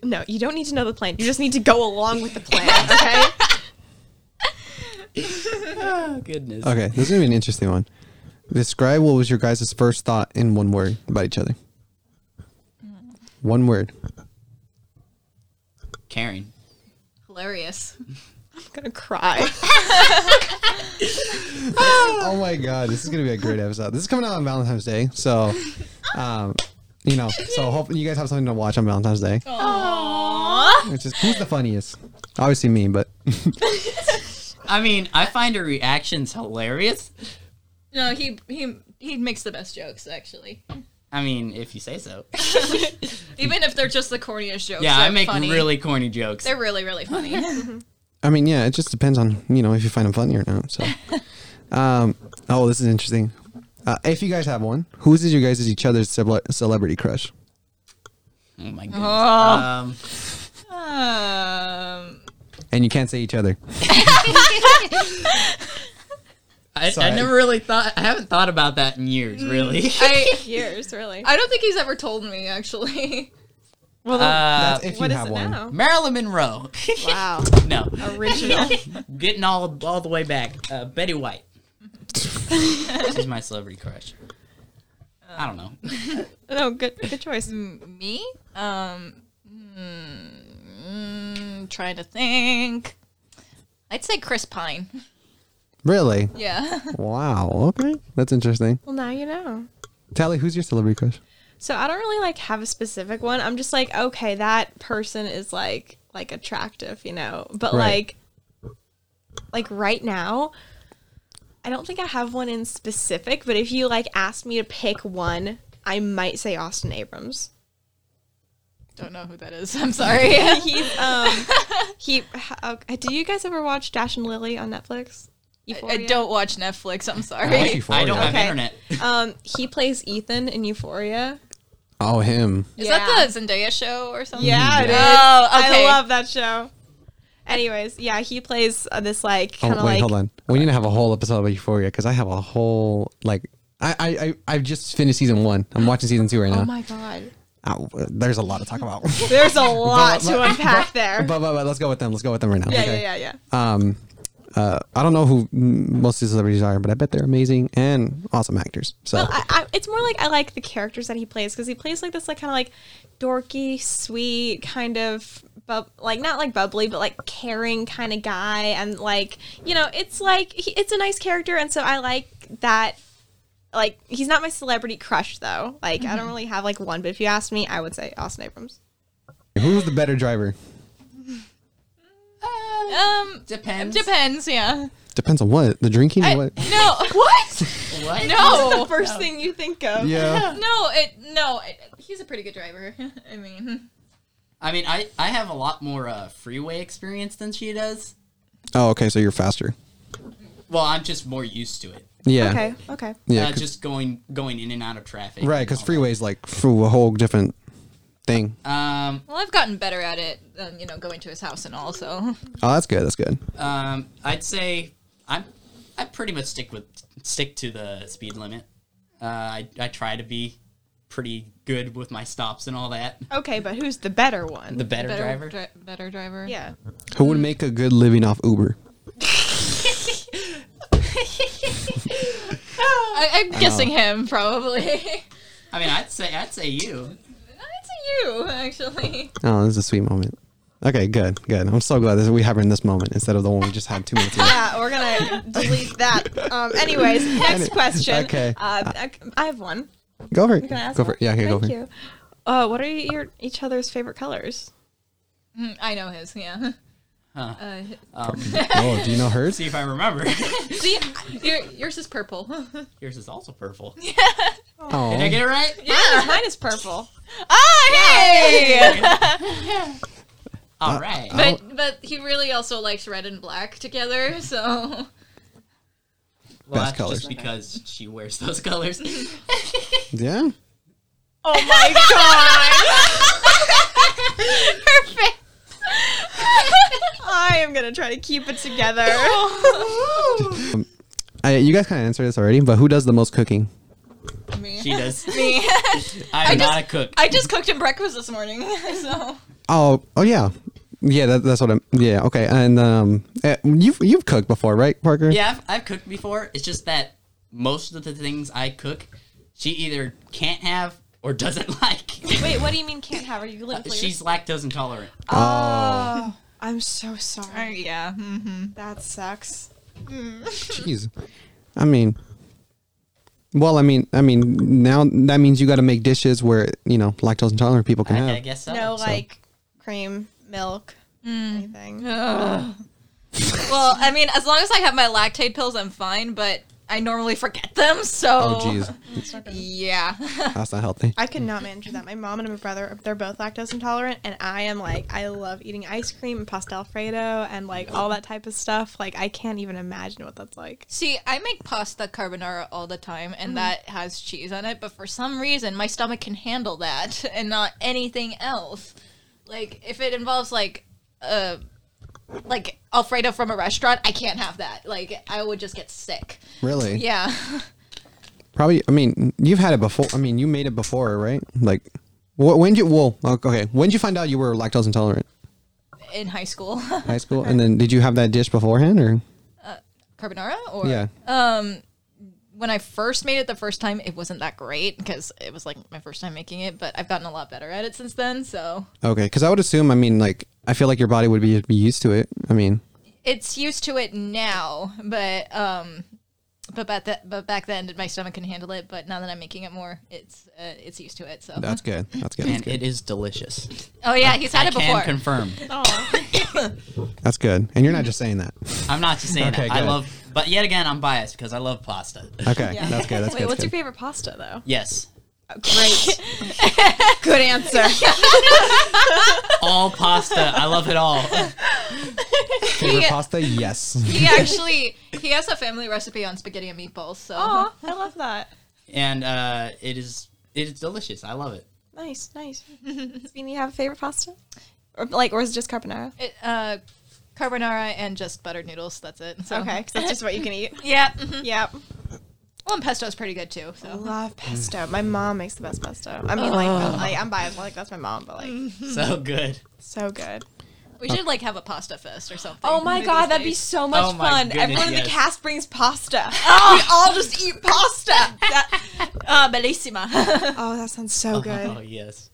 No, you don't need to know the plan. You just need to go along with the plan, okay?
oh goodness.
Okay, this is gonna be an interesting one. Describe what was your guys' first thought in one word about each other. One word.
Karen.
Hilarious.
I'm gonna cry.
Oh my god, this is gonna be a great episode. This is coming out on Valentine's Day, so um, you know, so hopefully you guys have something to watch on Valentine's Day.
Aww.
Which is who's the funniest? Obviously me, but
I mean, I find her reactions hilarious.
No, he he he makes the best jokes actually.
I mean, if you say so.
Even if they're just the corniest jokes.
Yeah, I
they're
make
funny.
really corny jokes.
They're really really funny.
I mean, yeah, it just depends on you know if you find them funny or not. So, um, oh, this is interesting. Uh, if you guys have one, who's is your guys' each other's cele- celebrity crush?
oh my goodness.
Oh.
Um,
um.
And you can't say each other.
I, I
Sorry.
never really thought. I haven't thought about that in years,
Mm.
really.
I
Years, really.
I don't think he's ever told me actually.
Well,
Uh,
That's if
what
you
is
have
it
one.
now?
Marilyn Monroe.
Wow.
no,
Original.
getting all all the way back. Uh, Betty White. She's my celebrity crush. I don't know.
no, Oh, good good choice.
M- me? Um, hmm, mm, trying to think. I'd say Chris Pine.
Really?
Yeah.
Wow. Okay, that's interesting.
Well, now you know.
Tally, who's your celebrity crush?
So I don't really like have a specific one. I'm just like, okay, that person is like like attractive, you know. But
Right.
like like right now, I don't think I have one in specific, but if you like asked me to pick one, I might say Austin Abrams.
Don't know who that is. I'm sorry.
He's um he how, do you guys ever watch Dash and Lily on Netflix?
I
Euphoria?
don't watch Netflix. I'm
like
sorry.
Euphoria.
I don't have
Okay.
internet.
Um he plays Ethan in Euphoria.
Oh, him.
Is
Yeah.
that the Zendaya show or something?
Yeah, it is.
Oh, okay.
I love that show. Anyways, yeah, he plays uh, this like
Oh,
kind
wait,
of like
hold on. We need to have a whole episode about Euphoria because I have a whole like. I, I, I I've just finished season one. I'm watching season two right now.
Oh my god.
Ow, there's a lot to talk about. but,
There's a lot
but-
to unpack there.
but, but let's go with them. Let's go with them right now.
yeah,
okay?
yeah, yeah, yeah.
um, uh, I don't know who m- most of the celebrities are, but I bet they're amazing and awesome actors. So
Well, I, I, it's more like I like the characters that he plays because he plays like this, like kind of like dorky, sweet kind of, bub- like not like bubbly, but like caring kind of guy, and like you know, it's like he, it's a nice character, and so I like that like he's not my celebrity crush though. Like I
Mm-hmm.
don't really have like one, but if you asked me, I would say Austin Abrams.
Who's the better driver?
Um,
Depends.
depends. Yeah.
Depends on what the drinking
I-
or what.
No. what?
What?
That's
No.
the first thing you think of.
Yeah.
No. It. No. It, he's a pretty good driver. I mean.
I mean, I, I have a lot more uh, freeway experience than she does.
Oh, okay. So you're faster.
Well, I'm just more used to it.
Yeah.
Okay. Okay.
Yeah.
uh,
'cause-
just going going in and out of traffic.
right,
and
because
all
freeway's like phew, a whole different thing.
that. Um,
Well, I've gotten better at it than you know going to his house and all. So.
Oh, that's good. That's good.
um, I'd say I'm I pretty much stick with stick to the speed limit. Uh, I I try to be pretty good with my stops and all that.
Okay, but who's the better one?
The better,
Better
driver.
dri- better driver.
yeah.
Who would make a good living off Uber?
I, I'm guessing him probably. no, it's
I mean, I'd say I'd say you.
a you actually.
Oh, this is a sweet moment. Okay, good, good. I'm so glad that we have her in this moment instead of the one we just had two minutes ago.
Yeah, we're gonna delete that. Um, anyways, next question.
okay.
Uh, I, I have one.
Go for it.
Can I ask
Go for
one?
it. Yeah, here,
Thank
go for it.
you. Uh, what are your each other's favorite colors?
Mm, I know his. Yeah.
Huh.
Uh,
Um,
Oh, do you know hers?
see if I remember.
see, your, yours is purple.
Yours is also purple. Did I
Oh,
get it right?
Mine is, mine is purple.
ah, hey!
All right.
But but he really also likes red and black together. So
well,
Best
that's
colours.
just because she wears those colors.
yeah.
Oh my god!
perfect.
I am gonna try to keep it together.
I, you guys kind of answered this already, but who does the most cooking?
Me.
She does.
Me.
I'm
just-
not a cook.
I just cooked him breakfast this morning. So
Oh, oh yeah, yeah. That, that's what I'm. Yeah, okay. And um, eh, you've you've cooked before, right, Parker?
yeah, I've, I've cooked before. It's just that most of the things I cook, she either can't have or doesn't like.
Wait, what do you mean can't have? Are you
Uh,
literally?
She's lactose intolerant.
Oh, I'm so sorry.
yeah.
That sucks.
Jeez. I mean, well, I mean, I mean, now that means you got to make dishes where you know lactose intolerant people can
I, I
have.
guess so.
No, Mm.
so-
like cream, milk, anything.
Well, I mean, as long as I have my lactate pills, I'm fine. But I normally forget them. So
Oh, jeez,
Yeah.
that's not healthy.
I could not manage that. My mom and my brother, they're both lactose intolerant, and I am like, I love eating ice cream and pasta alfredo and like all that type of stuff. Like, I can't even imagine what that's like.
See, I make pasta carbonara all the time, and that has cheese on it. But for some reason, my stomach can handle that, and not anything else. Like if it involves like uh like Alfredo from a restaurant, I can't have that. Like I would just get sick.
Really?
Yeah.
Probably. I mean, you've had it before. I mean, you made it before, right? Like, wh- when did you? Well, okay. When did you find out you were lactose intolerant?
In high school,
High school, and then did you have that dish beforehand, or
carbonara or
yeah?
when I first made it the first time, it wasn't that great because it was like my first time making it. But I've gotten a lot better at it since then. So
Okay, because I would assume. I mean, like, I feel like your body would be be used to it. I mean,
Uh-huh.
it's used to it now, but um, but back that but back then my stomach can handle it. But now that I'm making it more, it's uh, it's used to it. So
that's good. That's good. That's
And
good.
it is delicious.
oh yeah, he's had
I
it
can
before.
confirm.
That's good. And you're not just saying that.
I'm not just saying
Okay,
that. I
good.
love, but yet again, I'm biased because I love pasta.
Okay, that's good. That's
Wait,
good.
what's
that's
your
good.
favorite pasta though?
Yes,
Great. Good answer.
all pasta. I love it all.
favorite pasta? Yes.
he actually he has a family recipe on spaghetti and meatballs. So
Aw, I love that.
And uh, it is it is delicious. I love it.
Nice, nice. Speedy, you have a favorite pasta? Or like, or is it just carbonara?
it, uh, carbonara and just buttered noodles. That's it. So.
Okay, because that's just what you can eat.
Yeah. mhm.
Yep.
Well, and pesto's pretty good too.
I
So
love pesto. My mom makes the best pesto. I mean, like, like I'm biased. Like, that's my mom, but like,
So good.
so good.
we should like have a pasta fest or something.
Oh my
one of
god,
these
that'd be
days.
so much
Oh my
fun.
goodness,
Everyone in the
yes.
cast brings pasta. Oh, we all just eat pasta. That-
Ah, bellissima.
oh, that sounds so good.
Oh yes.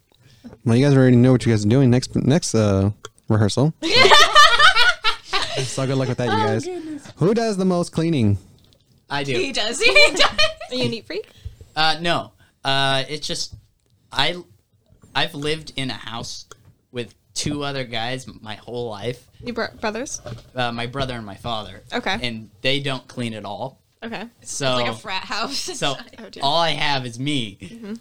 Well, you guys already know what you guys are doing next next uh, rehearsal.
Oh,
so good luck with that, you guys. Who does the most cleaning?
I do.
He does. He does.
Are you a neat freak?
Uh, no, uh, it's just I I've lived in a house with two other guys my whole life,
Your bro- brothers?
uh, my brother and my father.
Okay.
and they don't clean at all.
Okay.
So
like a frat house.
so
Oh, dear. Mm-hmm.
all I have is me.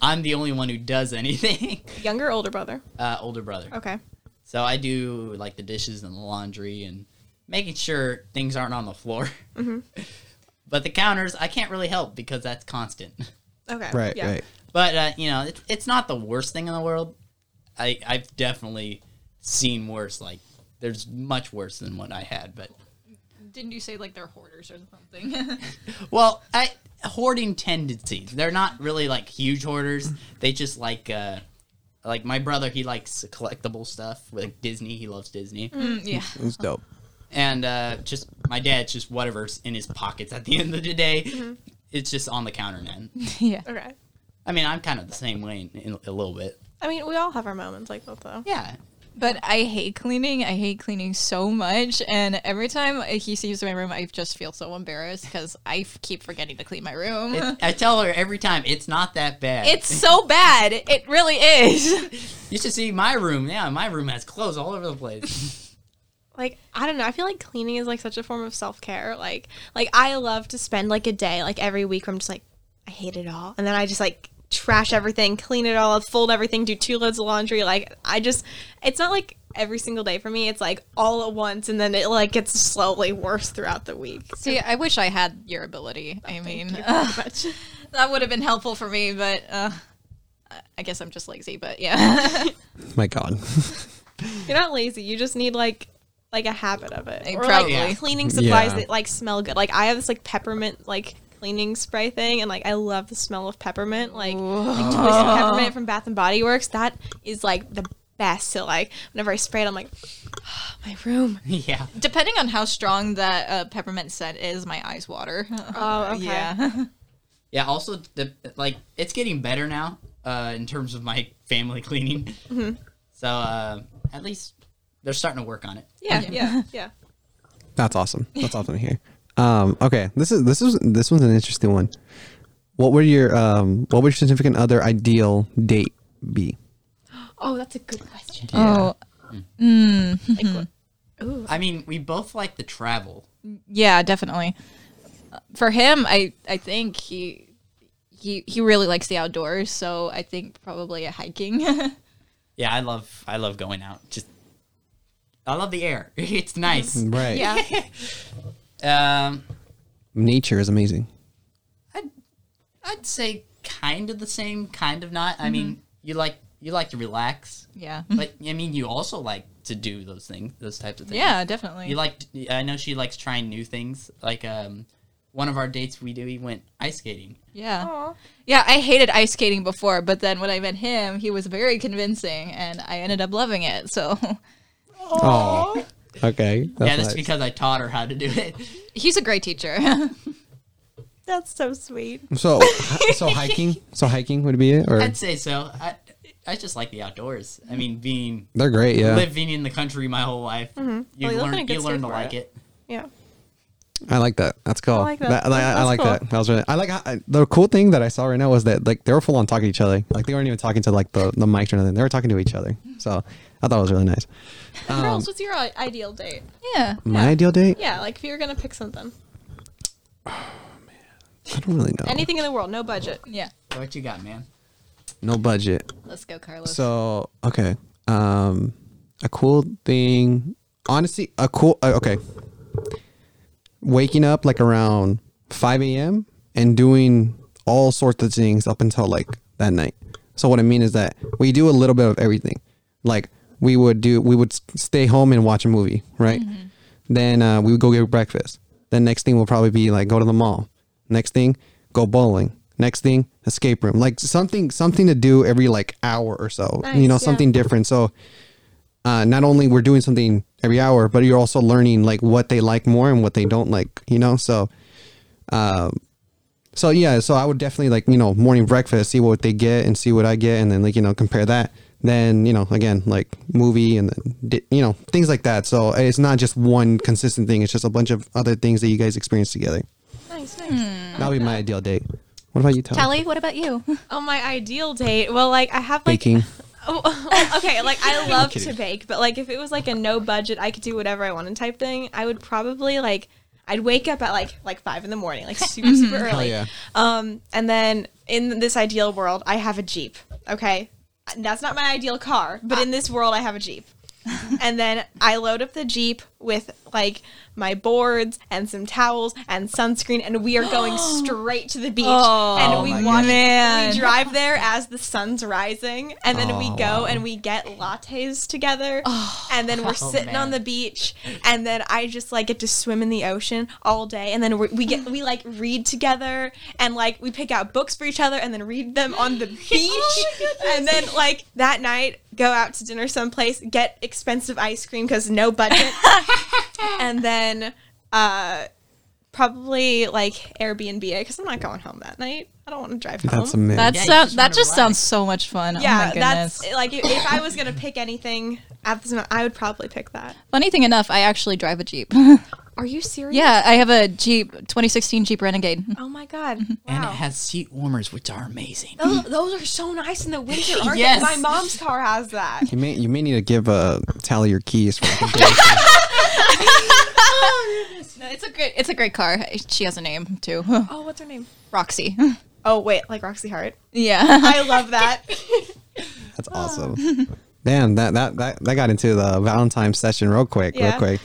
I'm the only one who does anything.
Younger, older brother?
Uh, older brother.
Okay.
So I do like the dishes and the laundry and making sure things aren't on the floor.
Mm-hmm.
but the counters I can't really help because that's constant.
Okay.
Right,
yeah.
right.
But uh, you know, it's it's not the worst thing in the world. I I've definitely seen worse. Like there's much worse than what I had. But
Didn't you say like they're hoarders or something?
well, I hoarding tendencies. They're not really like huge hoarders. They just like uh, like my brother. He likes collectible stuff like Disney. He loves Disney.
Mm, yeah.
It's
Uh-huh.
dope.
And uh, just my dad's just whatever's in his pockets at the end of the day. It's just on the counter, man.
Yeah.
Okay.
I mean, I'm kind of the same way in, in a little bit.
I mean, we all have our moments like that, though.
Yeah.
But I hate cleaning. I hate cleaning so much. And every time he sees my room, I just feel so embarrassed because I f- keep forgetting to clean my room.
It, I tell her every time, it's not that bad.
it's so bad. It really is.
You should see my room. Yeah, my room has clothes all over the place.
like i don't know i feel like cleaning is like such a form of self-care like like i love to spend like a day like every week where i'm just like i hate it all and then i just like trash everything clean it all up fold everything do two loads of laundry like i just it's not like every single day for me it's like all at once and then it like gets slowly worse throughout the week
See, I wish I had your ability. I mean,
Thank you very much.
that would have been helpful for me, but uh, I guess I'm just lazy. But yeah,
My God.
you're not lazy you just need like like a habit of it
Eh,
or
probably.
like cleaning supplies
Yeah.
that like smell good like i have this like peppermint like cleaning spray thing and like i love the smell of peppermint like twisted peppermint from Bath and Body Works. That is like the best. So like whenever I spray it, I'm like, my room.
yeah.
depending on how strong that uh, peppermint scent is, my eyes water.
Oh, okay.
Yeah.
Yeah, also, the, like, it's getting better now uh, in terms of my family cleaning. So, uh, at least they're starting to work on it.
Yeah, yeah, yeah.
That's awesome. That's awesome to hear. Um, okay, this is this is this one's an interesting one. What would your um, what would your significant other ideal date be?
Oh, that's a good question.
Oh,
Like, what- ooh,
I mean, we both like to travel.
Yeah, definitely. For him, I I think he he he really likes the outdoors, so I think probably a hiking.
Yeah, I love I love going out. Just I love the air. It's nice.
Right.
yeah.
Um,
Nature is amazing.
I'd, I'd say kind of the same, kind of not. I mean, you like you like to relax,
yeah.
but I mean, you also like to do those things, those types of things.
Yeah, definitely.
You like? I know she likes trying new things. Like um, one of our dates we do, we went ice skating.
yeah.
Aw.
Yeah, I hated ice skating before, but then when I met him, he was very convincing and I ended up loving it. So
Oh. Okay. That's
yeah, that's
nice.
because I taught her how to do it.
he's a great teacher.
That's so sweet.
so hi- so hiking. So hiking would be it, or
I'd say so. I I just like the outdoors. I mean, being
they're great. Yeah,
living in the country my whole life, you
Mm-hmm. Well, you live in a
learn
good
you learn
state
to
for
like
it.
it.
Yeah.
I like that. That's cool.
like that.
That- I- I,
That's
like
cool.
that. That was really. I like how, I- the cool thing that I saw right now was that like they were full on talking to each other. Like they weren't even talking to like the the mics or nothing. They were talking to each other. So I thought it was really nice.
Girls, what's your i- ideal date?
yeah.
Mm.
My ideal date?
Yeah, like if you were gonna pick something,
I don't really know.
anything in the world, no budget.
Yeah.
What you got, man?
no budget.
Let's go, Carlos.
So okay, um, a cool thing. Honestly, a cool. Uh, okay, waking up like around five a.m. and doing all sorts of things up until like that night. So what I mean is that we do a little bit of everything. Like we would do, we would s- stay home and watch a movie, right?
Mm-hmm.
Then uh, we would go get breakfast. Then next thing will probably be like go to the mall. Next thing, go bowling. Next thing, escape room. Like something, something to do every like hour or so. you
Nice,
know,
yeah.
something different. So uh, not only we're doing something every hour, but you're also learning like what they like more and what they don't like. You know, so. Um, so yeah, so I would definitely like you know morning breakfast, see what they get and see what I get, and then like you know compare that. Then you know again like movie and then di- you know things like that. So it's not just one consistent thing; it's just a bunch of other things that you guys experience together.
nice, nice.
That'll be my ideal date. What about you, Tally?
Tally, what about you?
Oh, my ideal date. Well, like I have like
Baking.
Oh, okay, like I love
kidding.
to bake, but like if it was like a no budget, I could do whatever I wanted type thing. I would probably like I'd wake up at like like five in the morning, like super super early.
Oh yeah.
Um, and then in this ideal world, I have a Jeep. Okay. That's not my ideal car, but in this world, I have a Jeep. and then I load up the Jeep with like my boards and some towels and sunscreen, and we are going straight to the beach.
Oh,
and
Oh my
we watch,
man.
we drive there as the sun's rising, and then we
Oh,
go
wow.
and we get lattes together, and then we're sitting
man.
on the beach, and then I just like get to swim in the ocean all day, and then we we get we like read together, and like we pick out books for each other, and then read them on the beach, and then like that night go out to dinner someplace, get expensive ice cream because no budget, and then uh probably like Airbnb because I'm not going home that night. I don't want to drive home.
That's amazing.
That
Yeah, you
sound,
just
that
wanna
just
relax.
sounds so much fun. oh
yeah,
my goodness.
that's eh, like if- if I was gonna pick anything at this moment, I would probably pick that.
Funny thing enough, I actually drive a Jeep.
Are you serious?
yeah, I have a Jeep 2016 Jeep Renegade.
Oh my god.
Mm-hmm.
And it
Wow.
has seat warmers, which are amazing.
Those, those are so nice in the winter, aren't
Yes.
they? My mom's car has that.
You may you may need to give uh, Tally your keys. For
No, it's a great it's a great car. She has a name too.
Oh, what's her name?
Roxy.
Oh wait, like Roxy Hart.
Yeah.
I love that.
That's
Ah.
awesome. Damn, that, that that that got into the Valentine session real quick,
Yeah.
real quick.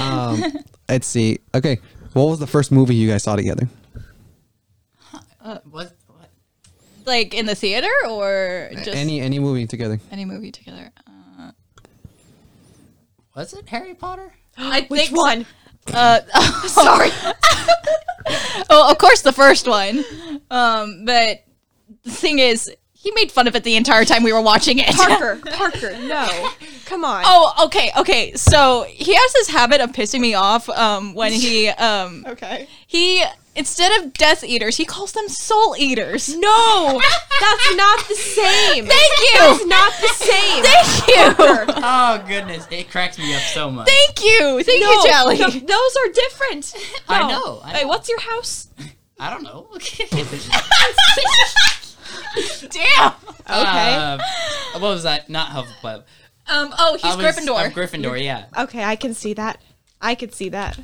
Um, let's see. Okay, what was the first movie you guys saw together?
Uh, What? what?
like in the theater or just any,
Any any movie together?
movie together. Uh,
Was it Harry Potter?
I
Which one?
Uh, sorry. oh, of course, the first one. Um, but the thing is, he made fun of it the entire time we were watching it.
Parker. Parker. No. Come on.
Oh, okay, okay. So he has this habit of pissing me off um, when he um,
Okay.
he instead of Death Eaters, he calls them Soul Eaters.
No, that's not the same.
Thank
That's
you,
not the same.
thank you,
Parker.
Oh goodness, it cracks me up so much.
thank you, thank you, Jelly.
th- those are different.
I
No.
know, I
Wait,
know.
what's your house?
I don't know.
Damn.
Uh, what was that? Not Hufflepuff.
Um. Oh, he's
I was-
Gryffindor.
I'm Gryffindor. Yeah.
okay, I can see that. I could see that.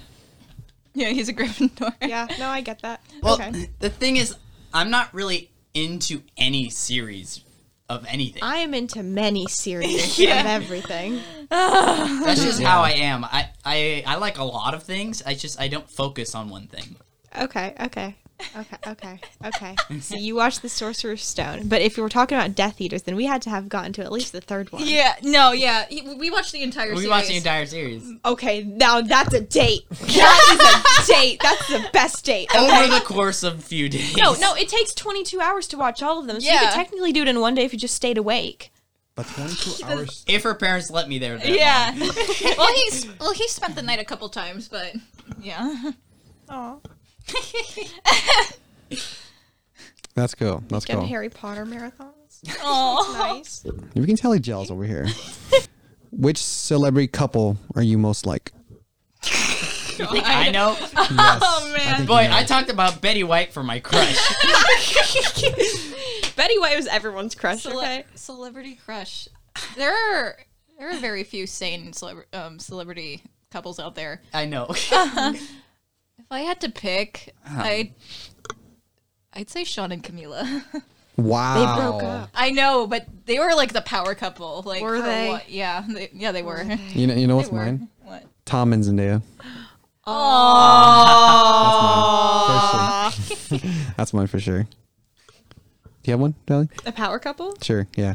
yeah, he's a Gryffindor.
Yeah, no, I get that.
Well,
okay.
the thing is, I'm not really into any series of anything.
I am into many series of everything.
That's just how I am. I, I I like a lot of things. I just I don't focus on one thing.
Okay, okay. Okay, okay, okay. So you watched The Sorcerer's Stone, but if you were talking about Death Eaters, then we had to have gotten to at least the third one.
Yeah, no, yeah. He- we watched the entire
We
series.
watched the entire series
Okay, now that's a date. That is a date. That's the best date.
over the course of a few days.
No, no, it takes 22 hours to watch all of them. So you
Yeah.
could technically do it in one day if you just stayed awake.
But 22 hours.
If her parents let me there, then
Yeah. well, he's well, he spent the night a couple times, but yeah.
Oh,
That's cool. That's
done
cool.
Harry Potter marathons.
Oh.
Nice.
We can tell he gels over here. Which celebrity couple are you most like?
I know.
Oh
I
man.
think
Boy,
you know.
I talked about Betty White for my crush.
Betty White was everyone's crush.
Cele-
okay.
Celebrity crush. There are there are very few sane celebra- um, celebrity couples out there.
I know.
Uh. If I had to pick, I I'd say Sean and Camila.
wow.
broke up.
I know, but they were like the power couple. Like
Were
for
they?
what- Yeah, they, yeah, they were.
You know, you know what's
They were.
mine?
What?
Tom and Zendaya. Oh. That's mine. For sure. That's mine for sure. Do you have one, Dolly?
A power couple?
Sure. Yeah.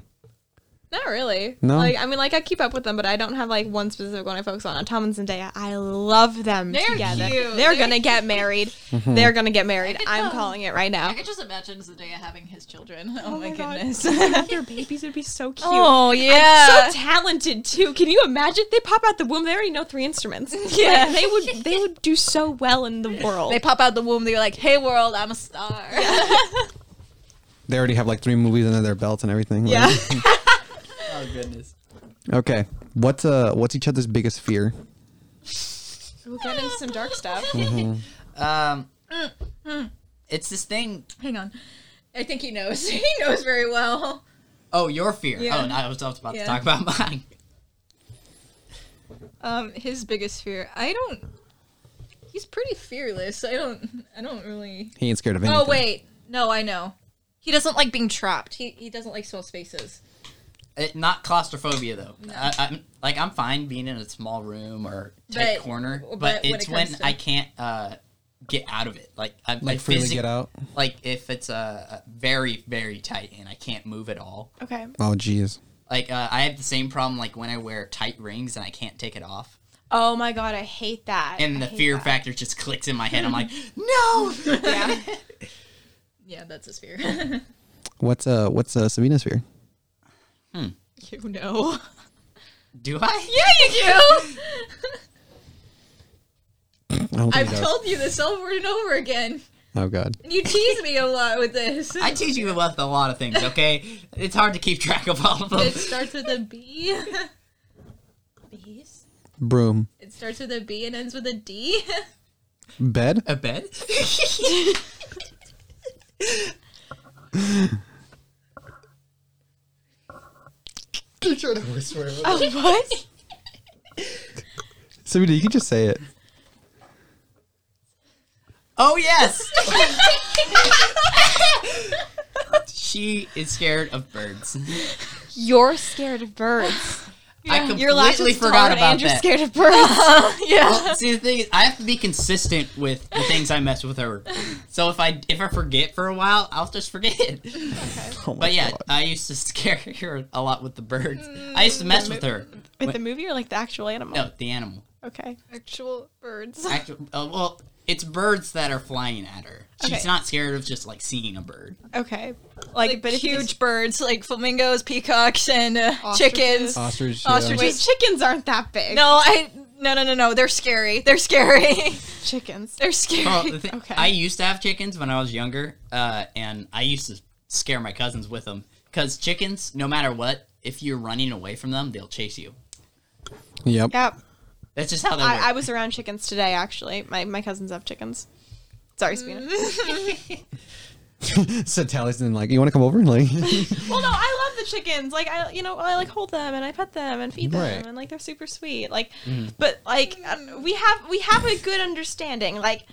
Not really.
No?
Like I mean, like I keep up with them, but I don't have like one specific one I focus on. Tom and Zendaya, I love them
They're
together.
cute.
They're,
They're
gonna get married. They're gonna get married.
could
I'm
tell.
calling it right
I
now.
could just imagine Zendaya having his children. Oh, my,
my God.
goodness.
Their babies would be so cute.
oh
So
yeah.
talented too. Can you imagine? They pop out the womb. They already know three instruments.
Yeah.
Like, they would. They would do so well in the world.
they pop out the womb. They're like, "Hey world, I'm a star."
They already have like three movies under their belt and everything. like-
yeah.
oh goodness.
okay. What's uh what's each other's biggest fear?
we'll get into some dark stuff.
Um, It's this thing.
Hang on. I think he knows. He knows very well.
Oh, your fear.
Yeah.
Oh, and I was about
Yeah.
to talk about mine.
Um, his biggest fear. I don't. He's pretty fearless. I don't. I don't really.
He ain't scared of anything.
Oh wait, no, I know. He doesn't like being trapped. He he doesn't like small spaces.
It, Eh, not claustrophobia though. I, I'm like I'm fine being in a small room or tight
But-
corner,
but
but,
when
it's
it
when,
comes to-
I can't uh, get out of it. Like I
Like
I
freely
physic-
get out.
Like if it's uh, very very tight and I can't move at all.
Okay.
Oh jeez.
Like uh, I have the same problem like when I wear tight rings and I can't take it off,
Oh my god, I hate that.
and
I
the
hate
fear
that.
factor just clicks in my head. I'm like, no.
Yeah.
Yeah, that's his fear.
What's uh what's uh Sabina's fear?
you know.
Do I?
Yeah, you do.
I don't think
I've
he does.
told you this over and over again.
Oh god.
You tease me a lot with this.
I teach you about a lot of things. Okay, it's hard to keep track of all of them.
it starts with a B. Bees.
Broom.
It starts with a B and ends with a D.
Bed?
A bed? I'm trying to whisper.
oh, what?
Sabina, you can just say it.
Oh yes. she is scared of birds.
You're scared of birds.
I completely
Your lash is
forgot
taller
about
and you're
that.
scared of birds.
yeah.
See, the thing is, I have to be consistent with the things I mess with her. So if I if I forget for a while, I'll just forget.
Oh my
But yeah,
God.
I used to scare her a lot with the birds. I used to mess with her.
With the movie or like the actual animal?
No, the animal.
Okay.
Actual birds.
Actu uh, well, it's birds that are flying at her. She's
Okay.
not scared of just like seeing a bird.
Okay. Like, but if
huge
huge
birds like flamingos, peacocks, and uh,
Ostriches.
chickens.
Ostrich.
Ostrich.
Yeah.
wait, chickens aren't that big.
No, I no no no no. They're scary. They're scary.
chickens.
They're scary.
Well, Oh, the thing,
Okay.
I used to have chickens when I was younger, uh, and I used to scare my cousins with them because chickens, no matter what, if you're running away from them, they'll chase you.
Yep.
Yep.
That's just how they
I, I
work.
was around chickens today. Actually, my my cousins have chickens. Sorry, Spina.
so Tally's in like, you wanna come over? Like
well, no, I love the chickens. Like I, you know, I like hold them and I pet them and feed them
Right.
and like they're super sweet. Like,
Mm-hmm.
but like uh, we have we have a good understanding. Like,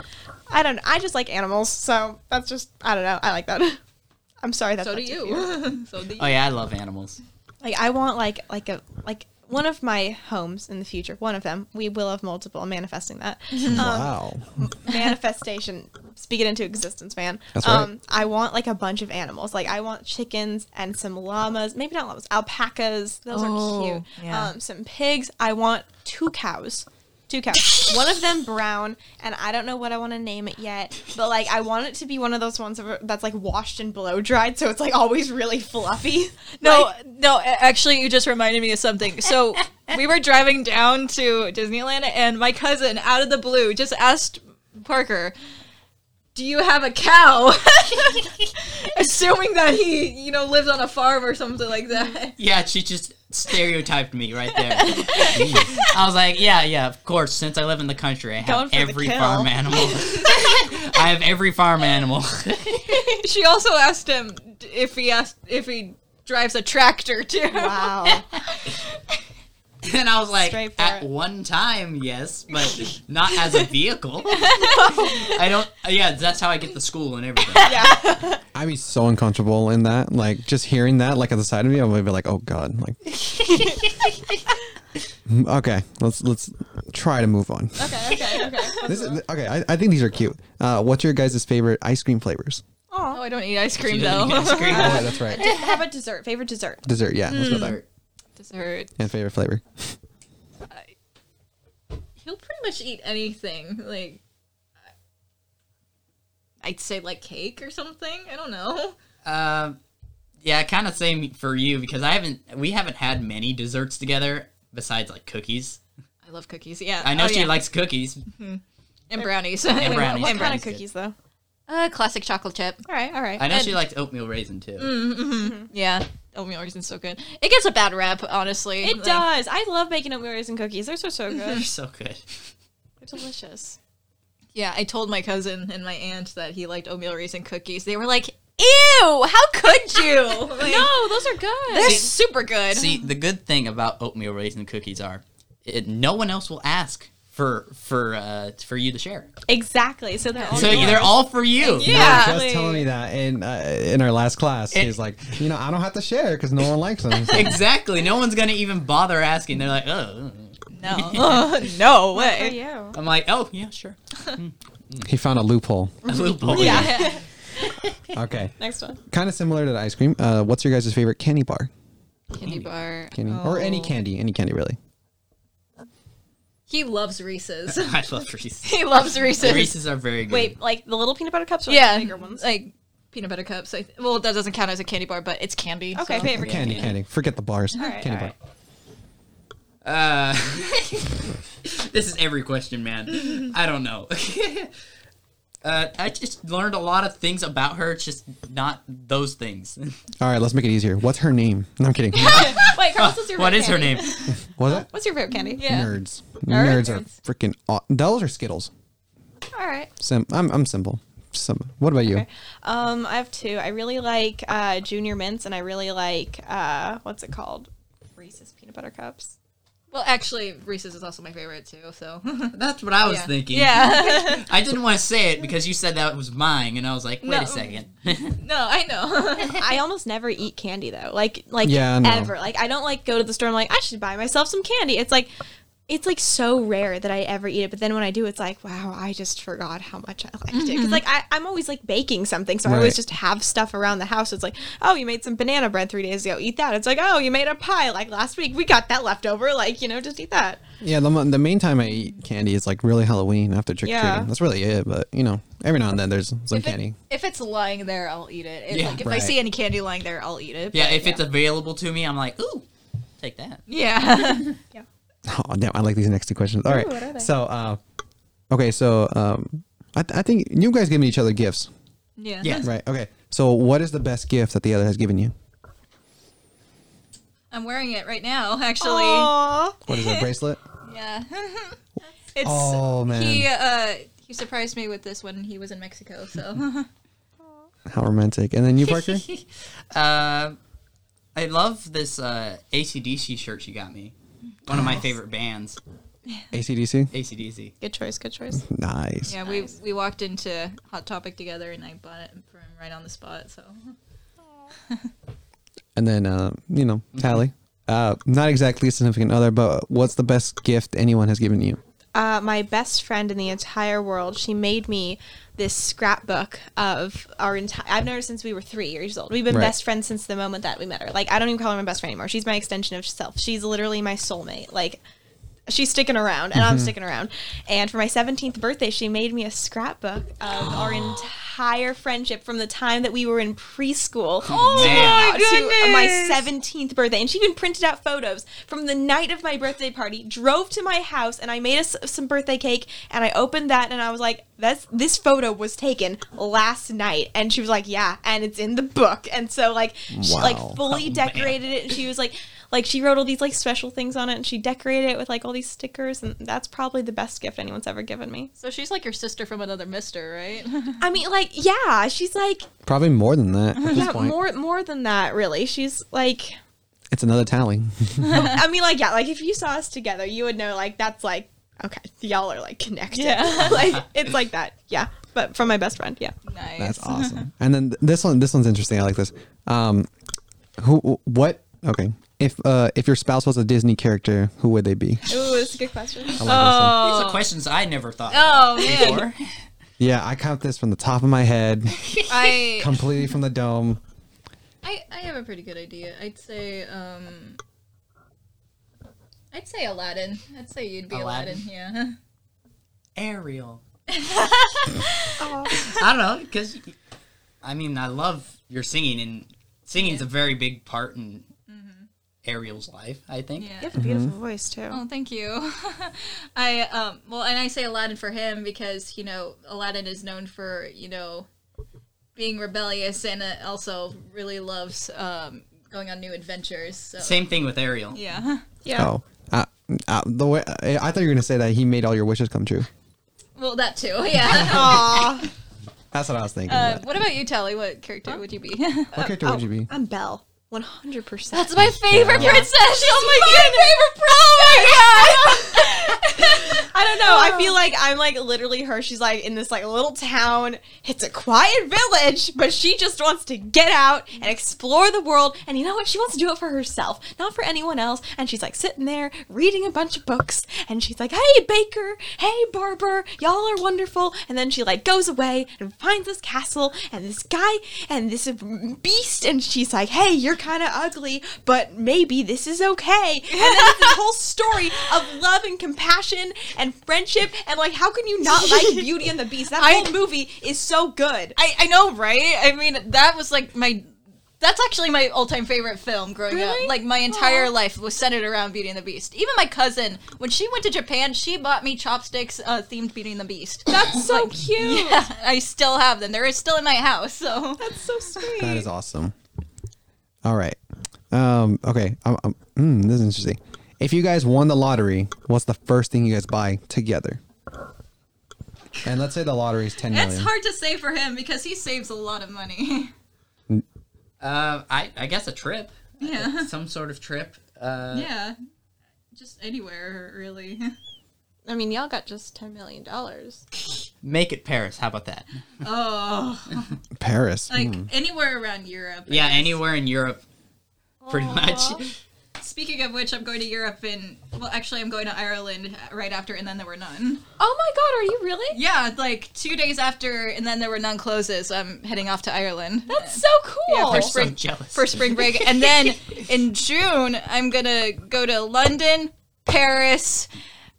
I don't. I just like animals, so that's just I don't know. I like that. I'm sorry that.
so do
that's your fear.
you. so do you.
oh yeah, I love animals.
Like I want like like a like one of my homes in the future. One of them. We will have multiple. I'm manifesting that. Um,
Um,
Wow.
manifestation speak it into existence man Um,
That's right.
i want like a bunch of animals like i want chickens and some llamas maybe not llamas alpacas those
Oh,
are cute
yeah.
um, some pigs i want two cows two cows one of them brown and i don't know what i want to name it yet but like i want it to be one of those ones that- that's like washed and blow dried so it's like always really fluffy
No,
Like,
no, a- actually, you just reminded me of something. So, we were driving down to Disneyland, and my cousin, out of the blue, just asked Parker, Do you have a cow? Assuming that he, you know, lives on a farm or something like that.
Yeah, she just stereotyped me right there. I was like, yeah, yeah, of course. Since I live in the country, I
Going
have
for the
every
kill.
farm animal. I have every farm animal.
She also asked him d- if he asked if he drives a tractor too.
wow
And I was like,
Straight for
at
it.
one time, yes, but not as a vehicle. I don't. Yeah, that's how I get the school and everything.
yeah
I'd be so uncomfortable in that. Like just hearing that, like at the side of me, I would be like, oh god. Like Mm, Okay. Let's let's try to move on.
Okay, okay, okay.
This is, okay, I, I think these are cute. Uh, what's your guys' favorite ice cream flavors?
Oh, I don't eat ice
She
cream
doesn't get
though.
ice cream.
Oh, yeah, that's right.
how about dessert favorite dessert
Dessert, yeah. Let's
Hmm.
go there.
Dessert.
And favorite flavor.
he'll pretty much eat anything. Like, I'd say like cake or something. I don't know.
Um, yeah, kind of same for you because I haven't. We haven't had many desserts together besides like cookies.
I love cookies. Yeah,
I know
Oh,
she
yeah.
likes cookies.
and
And brownies.
brownies.
what
And
kind
brownies,
of cookies though
Uh, classic chocolate chip.
all right all right
I know
And-
she likes oatmeal raisin too.
Mm. Yeah, oatmeal raisin's so good. It gets a bad rap, honestly.
It
Like,
does. I love baking oatmeal raisin cookies. They're so so good.
So good.
They're delicious.
Yeah, I told my cousin and my aunt that he liked oatmeal raisin cookies. They were like, "Ew, how could you?" Like,
No, those are good.
they're super good.
See, the good thing about oatmeal raisin cookies are, it, no one else will ask for for uh, for you to share.
Exactly. So they're all
So they're all for you.
He was
Oh, yeah,
just telling me that in uh, in our last class,
It-
he's like, you know, I don't have to share because no one likes them. So,
Exactly. No one's gonna even bother asking. They're like, oh.
no, Ugh, no
for
way.
you.
I'm like, oh yeah, sure.
he found a loophole.
A loophole.
Yeah,
Okay,
Next one.
kind of similar to the ice cream. Uh, what's your guys' favorite candy bar?
candy bar.
Candy or
Oh.
any candy? Any candy really?
He loves Reese's.
I love Reese's.
he loves Reese's.
Reese's are very good.
Wait, like the little peanut butter cups or like,
yeah,
the bigger ones?
like peanut butter cups. I well, that doesn't count as a candy bar, but it's candy.
okay,
so-
favorite
Candy, candy. Forget the bars.
right,
candy
all right.
bar.
Uh, this is every question, man. I don't know. uh, I just learned a lot of things about her. It's just not those things.
All right, let's make it easier. What's her name? No, I'm kidding.
Wait, Carl, what's your
what
favorite
is her
candy?
name?
Was it?
What's your favorite candy?
Yeah.
Nerds.
right,
Nerds are
nerds.
freaking. Aw- Those are Skittles.
All right.
Sim. I'm I'm simple. Sim. What about you?
Okay. Um, I have two. I really like uh, Junior Mints, and I really like uh, what's it called? Reese's peanut butter cups.
Well, actually, Reese's is also my favorite too. So
That's what I was
Yeah.
thinking.
yeah,
I didn't want to say it because you said that was mine, and I was like, wait
No.
a second.
no, I know.
I almost never eat candy though. Like like
Yeah, I know.
ever. Like I don't like go to the store. and I'm like I should buy myself some candy. It's like it's like so rare that I ever eat it. But then when I do, it's like wow, I just forgot how much I liked it.
Mm-hmm.
Because like I, I'm always like baking something, so I
Right.
always just have stuff around the house. It's like oh, you made some banana bread three days ago. Eat that. It's like oh, you made a pie like last week. We got that left over. Like you know, just eat that.
Yeah, the, mo- the main time I eat candy is like really Halloween after trick or treating.
Yeah.
That's really it. But you know, every now and then there's some
If it-
candy.
If it's lying there, I'll eat it. It's
Yeah.
like if I
Right.
see any candy lying there, I'll eat it.
Yeah,
but
if it's available to me, I'm like, ooh, take that.
yeah,
Oh damn, I like these next two questions. All right,
what are they?
so uh, okay, so um, I, th- I think you guys giving each other gifts,
yeah,
Yeah.
right? Okay, so what is the best gift that the other has given you?
I'm wearing it right now, actually.
Aw.
What is it, a bracelet?
Yeah, it's
Oh, man.
He uh, he surprised me with this when he was in Mexico. So
How romantic! And then you, Parker.
Uh, I love this uh, ACDC shirt she got me. One of my favorite bands,
ACDC.
ACDC.
Good choice. Good choice.
Nice.
yeah, we we walked into Hot Topic together, and I bought it for him right on the spot. So
And then uh, you know,
Mm-hmm.
Tally. Uh, not exactly a significant other, but what's the best gift anyone has given you?
uh, my best friend in the entire world. She made me this scrapbook of our entire. I've known her since we were three years old. We've been
Right.
best friends since the moment that we met her. Like I don't even call her my best friend anymore. She's my extension of self. She's literally my soulmate. Like she's sticking around, and I'm sticking around. And for my 17th birthday, she made me a scrapbook of our entire friendship from the time that we were in preschool
Man.
out to my
goodness.
17th birthday and she even printed out photos from the night of my birthday party drove to my house and i made us some birthday cake and i opened that and i was like that's this photo was taken last night and she was like yeah and it's in the book and so like she like
Wow.
fully decorated it and she was like like she wrote all these like special things on it and she decorated it with like all these stickers and that's probably the best gift anyone's ever given me
so she's like your sister from another Mister, right?
i mean like yeah she's like
Probably more than that. At this
yeah,
point.
more more than that really she's like
It's another Tally.
I mean, like, yeah, like if you saw us together, you would know, like, that's like, okay, y'all are like connected.
Yeah.
like, it's like that. Yeah. But from my best friend. Yeah.
nice.
That's awesome. And then th- this one, this one's interesting. I like this. Um, who? What? Okay. If uh, if your spouse was a Disney character, who would they be?
Ooh, that's a good question.
I like
These are questions I never thought.
Oh
about
man,
before.
this one. Yeah, I count this from the top of my head,
I
completely from the dome.
I, I have a pretty good idea. I'd say um I'd say Aladdin. I'd say you'd be Aladdin,
Aladdin?
yeah.
Ariel.
Aw.
I don't know because I mean I love your singing and singing's a very big part in Ariel's life. I think.
Mm-hmm. Yeah.
You have a beautiful
Mm-hmm.
voice, too.
Oh, thank you. I um well, and I say Aladdin for him because, you know, Aladdin is known for, you know, being rebellious and uh, also really loves um going on new adventures. So
Same thing with Ariel.
yeah.
yeah.
Oh, uh, uh, the way I, I thought you were gonna say that he made all your wishes come true.
Well, that too. Yeah.
Aw.
That's what I was thinking.
uh,
but-
what about you, Tally? What character would you be?
what
Oh,
character would you be?
I'm Belle. 100%.
That's my favorite princess. She's oh my, favorite princess.
I don't know. I feel like I'm like literally her. She's like in this like little town. It's a quiet village, but she just wants to get out and explore the world. And you know what? She wants to do it for herself, not for anyone else. And she's like sitting there reading a bunch of books. And she's like, "Hey baker, hey barber, y'all are wonderful." And then she like goes away and finds this castle and this guy and this beast. And she's like, "Hey, you're kind of ugly, but maybe this is okay." And then it's this whole story of love and compassion and friendship and like how can you not like Beauty and the Beast? That
I-
whole movie is so good.
I, I know, right? I mean, that was like my. That's actually my all-time favorite film growing
Really?
up. Like my entire
Aw.
life was centered around Beauty and the Beast. Even my cousin, when she went to Japan, she bought me chopsticks uh, themed Beauty and the Beast.
That's so cute.
yeah, I still have them. They're still in my house. So
That's so sweet.
That is awesome. All right. Um, okay. Um, um, mm, this is interesting. If you guys won the lottery, what's the first thing you guys buy together? And let's say the lottery is ten million.
that's hard to say for him because he saves a lot of money.
Uh, I I guess a trip,
yeah,
some sort of trip. Uh,
yeah, just anywhere really.
I mean, y'all got just ten million dollars.
Make it Paris. How about that?
Oh,
Paris.
like
mm.
anywhere around Europe. I
Yeah,
guess.
anywhere in Europe, pretty much.
Speaking of which, I'm going to Europe in. Well, actually, I'm going to Ireland right after, and then there were none.
Oh my god, are you really?
Yeah, like two days after, and then there were none closes. I'm heading off to Ireland
That's so cool.
Yeah, for
We're
spring-
so jealous.
for spring break, and then in June I'm gonna go to London, Paris,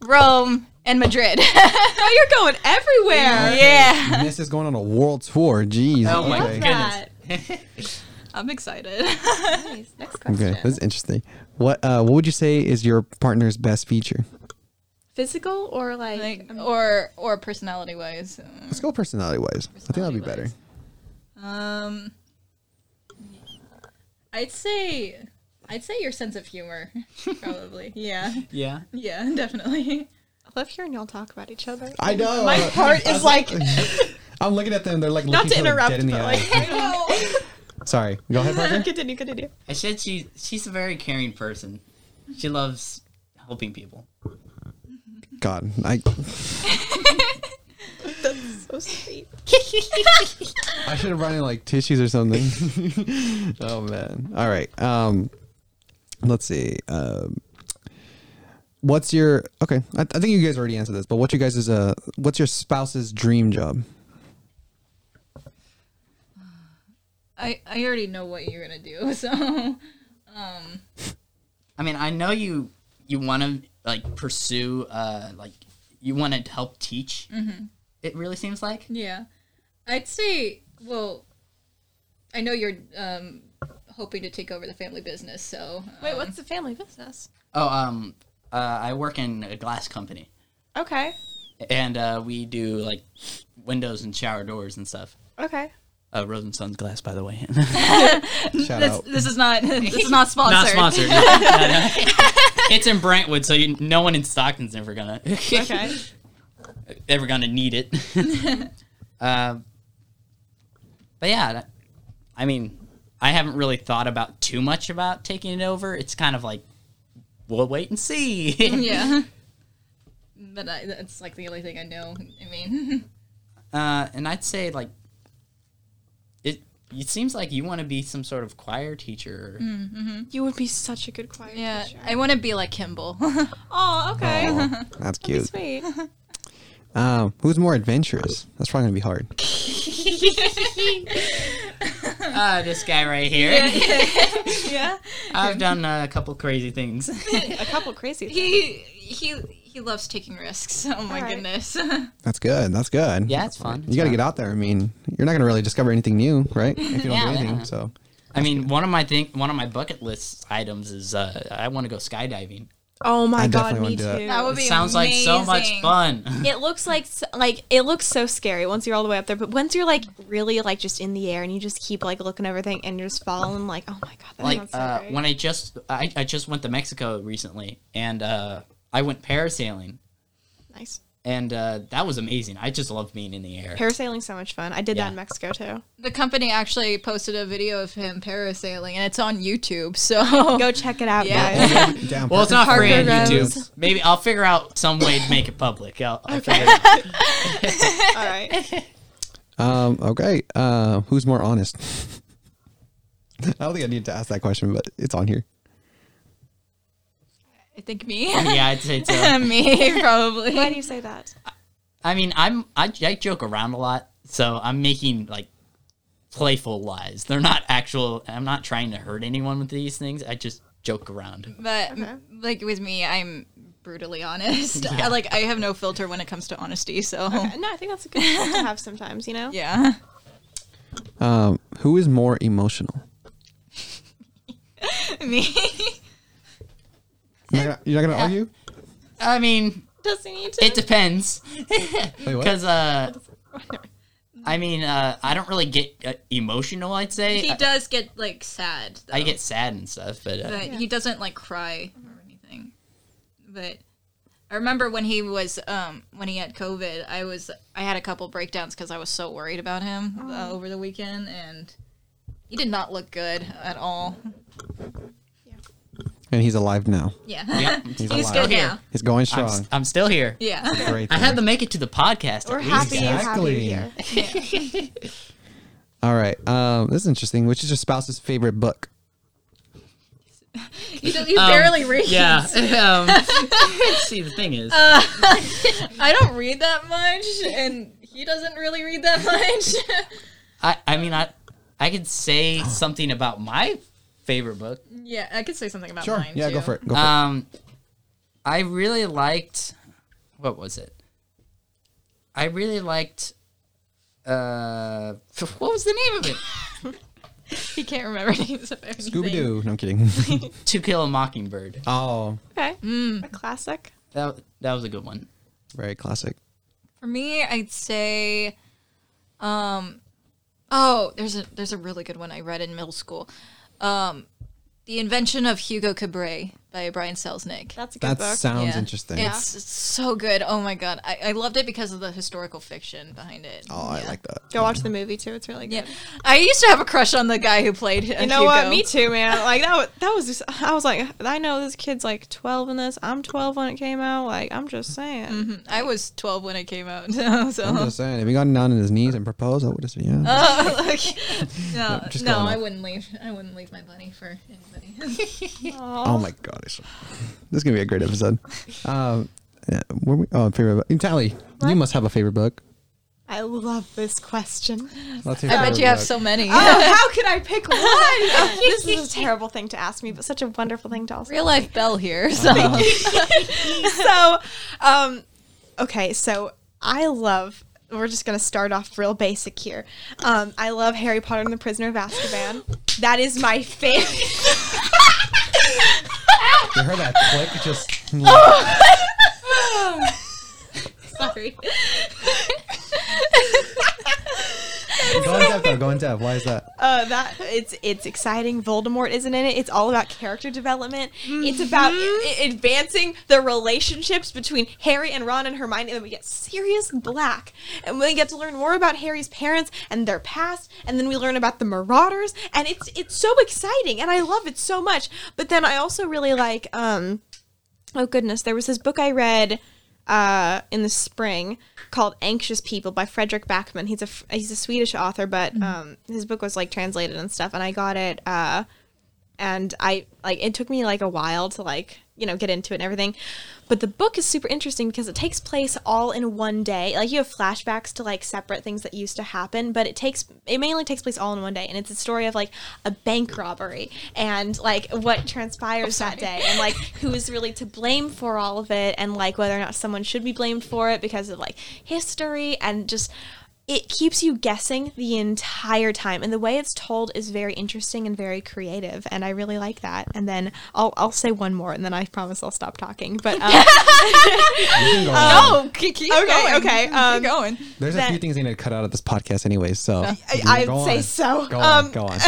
Rome, and Madrid.
Now you're going everywhere.
yeah,
Mm. Miss is going on a world tour. Jeez.
Oh my
okay.
That.
goodness.
I'm excited.
Nice. Next
Okay,
question.
this is interesting. What uh, what would you say is your partner's best feature?
Physical or like,
like,
um,
or or personality wise,
Let's go personality wise. I think that'd be better.
um, I'd say I'd say your sense of humor, probably. yeah,
yeah.
yeah, definitely.
I love hearing y'all talk about each other.
I know.
My heart is like
I'm looking at them. They're like
not
looking
to
each
interrupt,
other dead
but
in the
like
eye. Sorry. Go ahead, partner.
continue, continue.
I said she she's a very caring person. She loves helping people.
God, I
That's so sweet.
I should have brought in like tissues or something. oh man. All right. Um, let's see. Um, what's your okay? I, I think you guys already answered this, but what's your guys is a what's your spouse's dream job?
I I already know what you're gonna do, so.
I mean, I know you you want to like pursue uh like you want to help teach. It really seems like.
Yeah. I'd say, well, I know you're um, hoping to take over the family business, so.
Wait,
um,
what's the family business?
Oh, um, uh, I work in a glass company,
Okay,
and uh, we do like windows and shower doors and stuff.
okay.
Uh, Rose and Sons Glass, by the way.
Shout
This,
out.
this is not this is not sponsored.
Not sponsored. no. No, no. It's in Brentwood, so you, no one in Stockton's ever gonna
Okay.
ever gonna need it. uh, but yeah, that- I mean, I haven't really thought about too much about taking it over. It's kind of like we'll wait and see.
Yeah. But I, that's like the only thing I know. I mean,
Uh, and I'd say like it. It seems like you want to be some sort of choir teacher.
Mm.
You would be such a good choir
yeah,
teacher.
I want to be like Kimball.
Oh, okay.
Aw, that's cute.
Sweet.
Um, who's more adventurous? That's probably gonna be hard.
Ah, this guy right here.
yeah,
I've done uh, a couple crazy things.
a couple crazy. Things.
he he he loves taking risks. Oh my
Alright.
goodness.
That's good. That's good.
Yeah, it's fun.
You gotta get out there. I mean, you're not gonna really discover anything new, right? If you don't
Yeah.
do anything. So
I mean, one of my think one of my bucket list items is uh, I want to go skydiving.
Oh my
I
god,
definitely
me too.
wanna do
that would
It
be
sounds like so much
amazing.
fun.
it looks like s- like it looks so scary once you're all the way up there, but once you're like really like just in the air and you just keep like looking over everything and you're just falling like oh my god, that
like
sounds so
uh,
great.
when I just I, I just went to Mexico recently, and uh, I went parasailing,
nice.
and uh, that was amazing. I just loved being in the air.
Parasailing's so much fun. I did
Yeah.
that in Mexico too.
The company actually posted a video of him parasailing, and it's on YouTube. So
Go check it out,
Yeah.
guys.
Damn,
Well, it's not free on
Parker
YouTube.
Rose.
Maybe I'll figure out some way to make it public. I'll, I'll figure it out.
All right.
Um, okay. Uh, who's more honest? I don't think I need to ask that question, but it's on here.
I think me,
Yeah, I'd say so.
me probably.
Why do you say that?
I mean, I'm I, I joke around a lot, so I'm making like playful lies. They're not actual. I'm not trying to hurt anyone with these things. I just joke around.
But
Uh-huh.
m- like with me, I'm brutally honest. I, like I have no filter when it comes to honesty. So
No, I think that's a good thing to have sometimes, you know?
yeah,
Um, who is more emotional?
me.
You're not, you're not gonna argue?
I mean,
Doesn't need to.
it depends
Wait, what?
because uh, I mean, uh, I don't really get uh, emotional. I'd say
he
I,
does get like sad.
uh, I get sad and stuff, but, uh,
but he doesn't like cry or anything. But I remember when he was um when he had COVID, I was I had a couple breakdowns because I was so worried about him uh, over the weekend, and he did not look good at all.
And he's alive now.
Yeah,
Yep.
he's,
alive.
good
Here.
now.
He's going
I'm,
strong.
s- I'm still here.
Yeah,
Great.
I had to make it to the podcast.
We're
at least.
happy you're
Exactly.
here.
All right. Um, this is interesting. Which is your spouse's favorite book?
he, don't- he barely reads.
Yeah. Um, see, the thing is,
I don't read that much, and he doesn't really read that much.
I, I mean, I, I could say something about my favorite book.
yeah, I could say something about mine.
Yeah,
too.
go for it. Go for
Um, I really liked. What was it? I really liked. Uh, what was the name of it?
He can't remember names of
it.
anything.
Scooby Doo. No, I'm kidding.
to Kill a Mockingbird.
oh,
Okay. A classic.
That that was a good one.
very classic.
For me, I'd say, um, oh, there's a there's a really good one I read in middle school, um, the invention of Hugo Cabret by Brian Selznick.
That's a good
That
book.
sounds
Yeah.
interesting.
It's, it's so good. Oh my god, I, I loved it because of the historical fiction behind it.
Oh, I
Yeah.
like that.
Go watch the movie too. It's really good.
Yeah, I used to have a crush on the guy who played. uh,
You know what?
Hugo.
Me too, man. Like that. Was, that was. Just, I was like, I know this kid's like 12 in this. I'm 12 when it came out. Like I'm just saying.
Mhm. I was 12 when it came out. So
I'm just saying, if he gotten down on his knees and proposed, I would have said, yeah.
Oh, like- no,
just
no,
going
I
off.
wouldn't leave. I wouldn't leave my bunny for anybody.
Oh my god, it's- this is gonna be a great episode. Um, yeah, were we? Oh, favorite book. And Tally, you must have a favorite book.
I love this question.
Let's hear
I bet
favorite
you have
book.
so many.
Oh, how could I pick one? Oh, this is a terrible thing to ask me, but such a wonderful thing to also
Real life Belle here. So
so, um, okay, so I love. We're just gonna start off real basic here. Um, I love Harry Potter and the Prisoner of Azkaban. That is my favorite.
You heard that click? It Just
sorry.
going deaf though. Going deaf. Why is that?
Uh, that it's it's exciting. Voldemort isn't in it. It's all about character development. It's about i- advancing the relationships between Harry and Ron and Hermione. And then we get Sirius Black, and we get to learn more about Harry's parents and their past. And then we learn about the Marauders, and it's it's so exciting, and I love it so much. But then I also really like um, oh goodness, there was this book I read uh, in the spring called Anxious People by Frederick Backman. He's a f- he's a Swedish author, but um, his book was like translated and stuff. And I got it, uh, and I like it took me like a while to like you know get into it and everything. But the book is super interesting because it takes place all in one day. Like you have flashbacks to like separate things that used to happen, but it takes it mainly takes place all in one day. And it's a story of like a bank robbery and like what transpires that day and like who is really to blame for all of it and like whether or not someone should be blamed for it because of like history and just it keeps you guessing the entire time and the way it's told is very interesting and very creative and i really like that and then i'll, I'll say one more and then i promise i'll stop talking but um, Oh,
No, keep, keep
okay,
going.
okay, um,
keep going.
There's a
that-
few things I need to cut out of this podcast anyway, so
I-
Go
I'd say
on.
so.
Go
Um,
on, go on.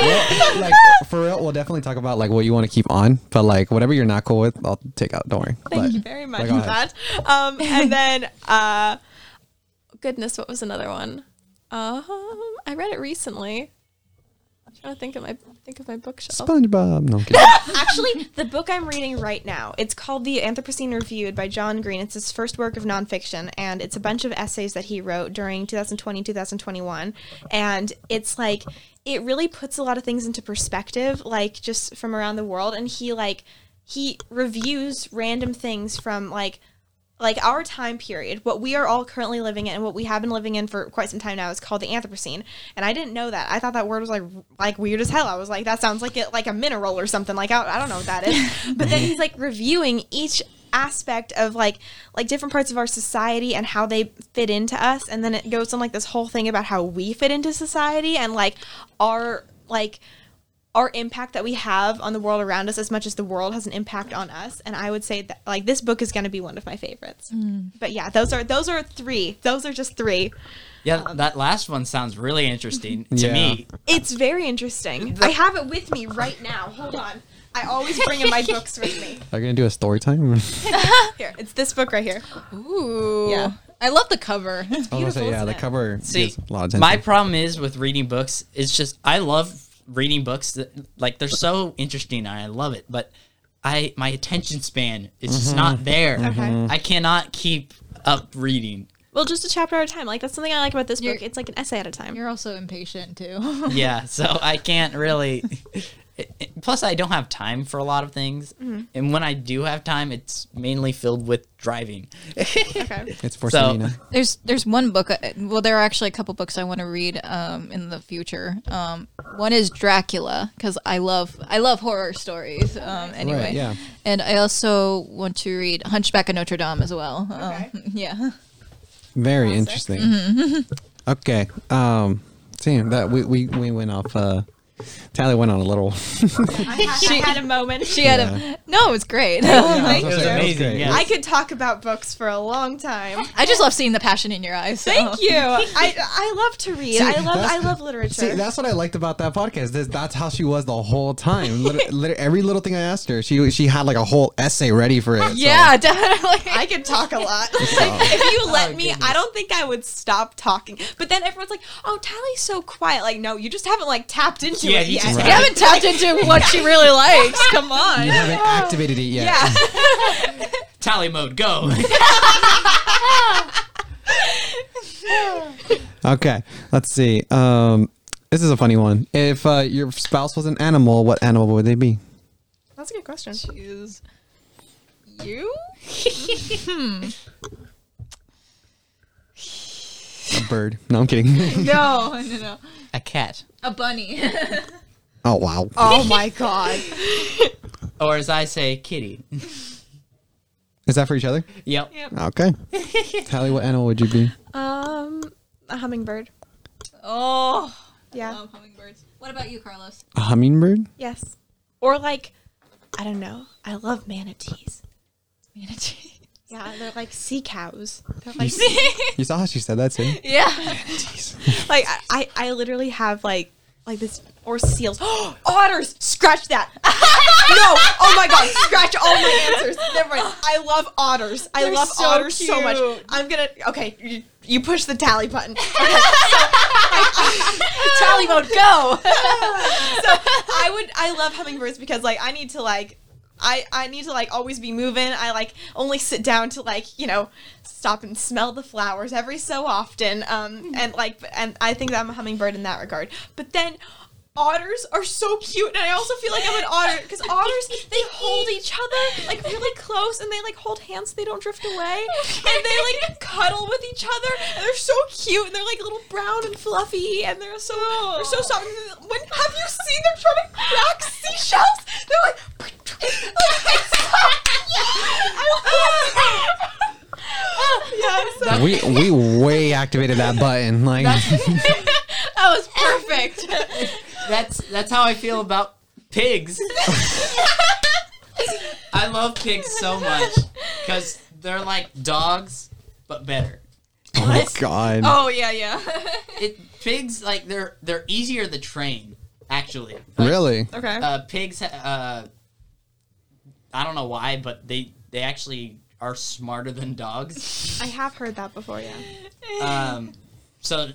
We'll- like for real, we'll definitely talk about like what you want to keep on, but like whatever you're not cool with, I'll take out. Don't worry.
Thank
But-
you very much
but
for
go ahead.
that. Um, and then, uh, goodness, what was another one? Um, I read it recently. I'm trying to think of my think of my bookshelf.
SpongeBob. No, I'm kidding.
Actually, the book I'm reading right now, it's called The Anthropocene Reviewed by John Green. It's his first work of nonfiction, and it's a bunch of essays that he wrote during 2020, 2021. And it's like, it really puts a lot of things into perspective, like just from around the world. And he, like, he reviews random things from, like, like our time period, what we are all currently living in, and what we have been living in for quite some time now, is called the Anthropocene. And I didn't know that. I thought that word was like like weird as hell. I was like, that sounds like it like a mineral or something. Like I, I don't know what that is. but then he's like reviewing each aspect of like like different parts of our society and how they fit into us and then it goes on like this whole thing about how we fit into society and like our like our impact that we have on the world around us as much as the world has an impact on us and i would say that like this book is going to be one of my favorites but yeah those are those are three those are just three
Yeah, that last one sounds really interesting to
Yeah.
me.
it's very interesting i have it with me right now hold on i always bring in my books with me
Are you gonna do a story time?
here it's this book right here
Ooh.
Yeah.
I love the
I
cover.
was gonna say,
Beautiful,
yeah,
isn't
the
it?
cover
See,
gives a lot of attention.
my problem is with reading books. It's just I love reading books. That, like they're so interesting, and I love it. But I my attention span is just
Mm-hmm.
not there.
Okay.
I cannot keep up reading.
well just a chapter at a time like that's something i like about this
You're-
book it's like an essay at a time
You're also impatient too.
Yeah, so I can't really. Plus, I don't have time for a lot of things, and when I do have time, it's mainly filled with driving.
okay
It's for
So-
Selena.
there's there's one book. uh, Well, there are actually a couple books I want to read um, in the future. Um, one is Dracula because I love I love horror stories. Um, anyway,
yeah.
And I also want to read Hunchback of Notre Dame as well. Um, yeah.
Very interesting. okay. Um, damn that we, we we went off. Uh, Tally went on a little.
I, had, I had a moment
She had
Yeah.
a no. It was great.
Thank
I
you.
was gonna say, that
amazing,
great.
yeah.
i could talk about books for a long time
I just love seeing the passion in your eyes. so.
Thank you. I I love to read. I love
that's-
I love literature.
See, that's what I liked about that podcast. This, that's how she was the whole time. Liter- liter- every little thing I asked her, she she had like a whole essay ready for it. so-
Yeah, definitely.
I could talk a lot. if you let me, I don't think I would stop talking. But then everyone's like, "Oh, Tally's so quiet." Like, no, you just haven't like tapped into
Yeah,
it
you
yet.
just
Right.
You haven't tapped into what she really likes. Come on.
you haven't activated it yet.
Yeah.
Tally mode, go.
Okay, let's see. Um, this is a funny one. If uh, your spouse was an animal, what animal would they be?
That's a good question.
Choose you?
A bird? No, I'm kidding.
No, no, no.
a cat,
A bunny.
oh wow.
Oh my god.
or as I say, kitty.
Is that for each other?
yep.
Okay. Tally, what animal would you be?
Um, a hummingbird.
oh, I
Yeah.
love hummingbirds. What about you, Carlos?
A hummingbird?
Yes. Or like, I don't know. I love manatees.
Manatee.
Yeah, they're like sea cows. They're like
You saw how she said that too.
yeah.
like I, I, I literally have like like this or seals otters scratch that no oh my god scratch all my answers never mind i love otters i
They're
love
so
otters so much
cute.
i'm gonna okay you, you push the tally button okay, so,
Tally mode, go.
so i would i love hummingbirds because like i need to like I, I need to like always be moving. I like only sit down to like you know stop and smell the flowers every so often. Um and like and I think that I'm a hummingbird in that regard. But then otters are so cute, and I also feel like I'm an otter because otters they hold each other like really close, and they like hold hands so they don't drift away, and they like cuddle with each other, and they're so cute, and they're like little brown and fluffy, and they're so they're so soft. And When have you seen them trying to crack seashells? They're like. I love it. yeah, I'm so-
We we way activated that button. Like,
That was perfect.
That's that's how I feel about pigs. I love pigs so much because they're like dogs, but better.
oh my god.
oh yeah, yeah.
It pigs like they're they're easier to train actually. Like,
Really?
Okay.
Uh, pigs. ha- Uh, I don't know why, but they they actually are smarter than dogs.
I have heard that before, yeah.
Um, so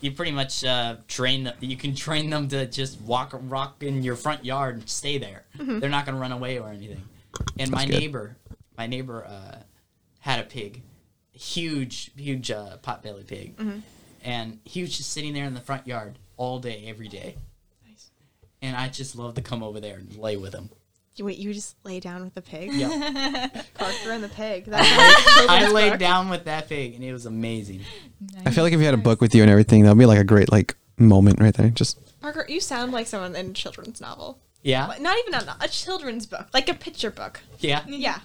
you pretty much uh, train them. You can train them to just walk, rock in your front yard and stay there.
Mm-hmm.
They're not gonna run away or anything. And my
good.
neighbor, my neighbor uh, had a pig, huge, huge uh, potbelly pig,
Mm-hmm.
and he was just sitting there in the front yard all day, every day.
Nice.
And I just love to come over there and lay with him.
You- Wait, you just lay down with the pig?
Yeah,
Parker and the pig. That's
I laid down with that pig, and it was amazing.
I feel like if you had a book with you and everything, that would be like a great like moment right there. Just
Parker, you sound like someone in a children's novel.
Yeah,
But Not even a, no- a children's book, like a picture book.
yeah.
Yeah.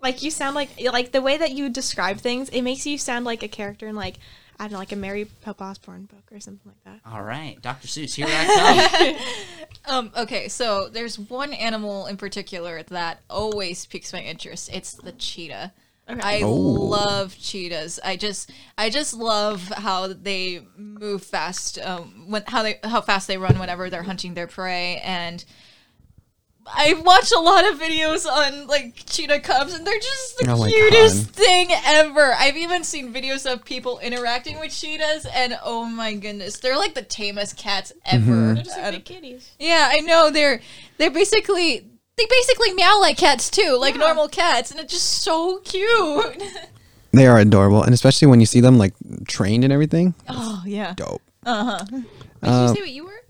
Like you sound like like the way that you describe things, it makes you sound like a character in like I don't know, like a Mary Pope Osborne book or something like that.
All right, Dr. Seuss, here I come.
Um, okay, so there's one animal in particular that always piques my interest. It's the cheetah. I
Oh.
love cheetahs. I just, I just love how they move fast. Um, when how they how fast they run whenever they're hunting their prey, and I watch a lot of videos on like cheetah cubs, and they're just the
Oh my
cutest
God.
thing ever. I've even seen videos of people interacting with cheetahs, and oh my goodness, they're like the tamest cats ever. Out of-
kitties.
yeah, I know they're they're basically they basically meow like cats too, like
Yeah.
normal cats, and it's just so cute.
they are adorable, and especially when you see them like trained and everything.
oh yeah.
Dope.
Did you say what you were?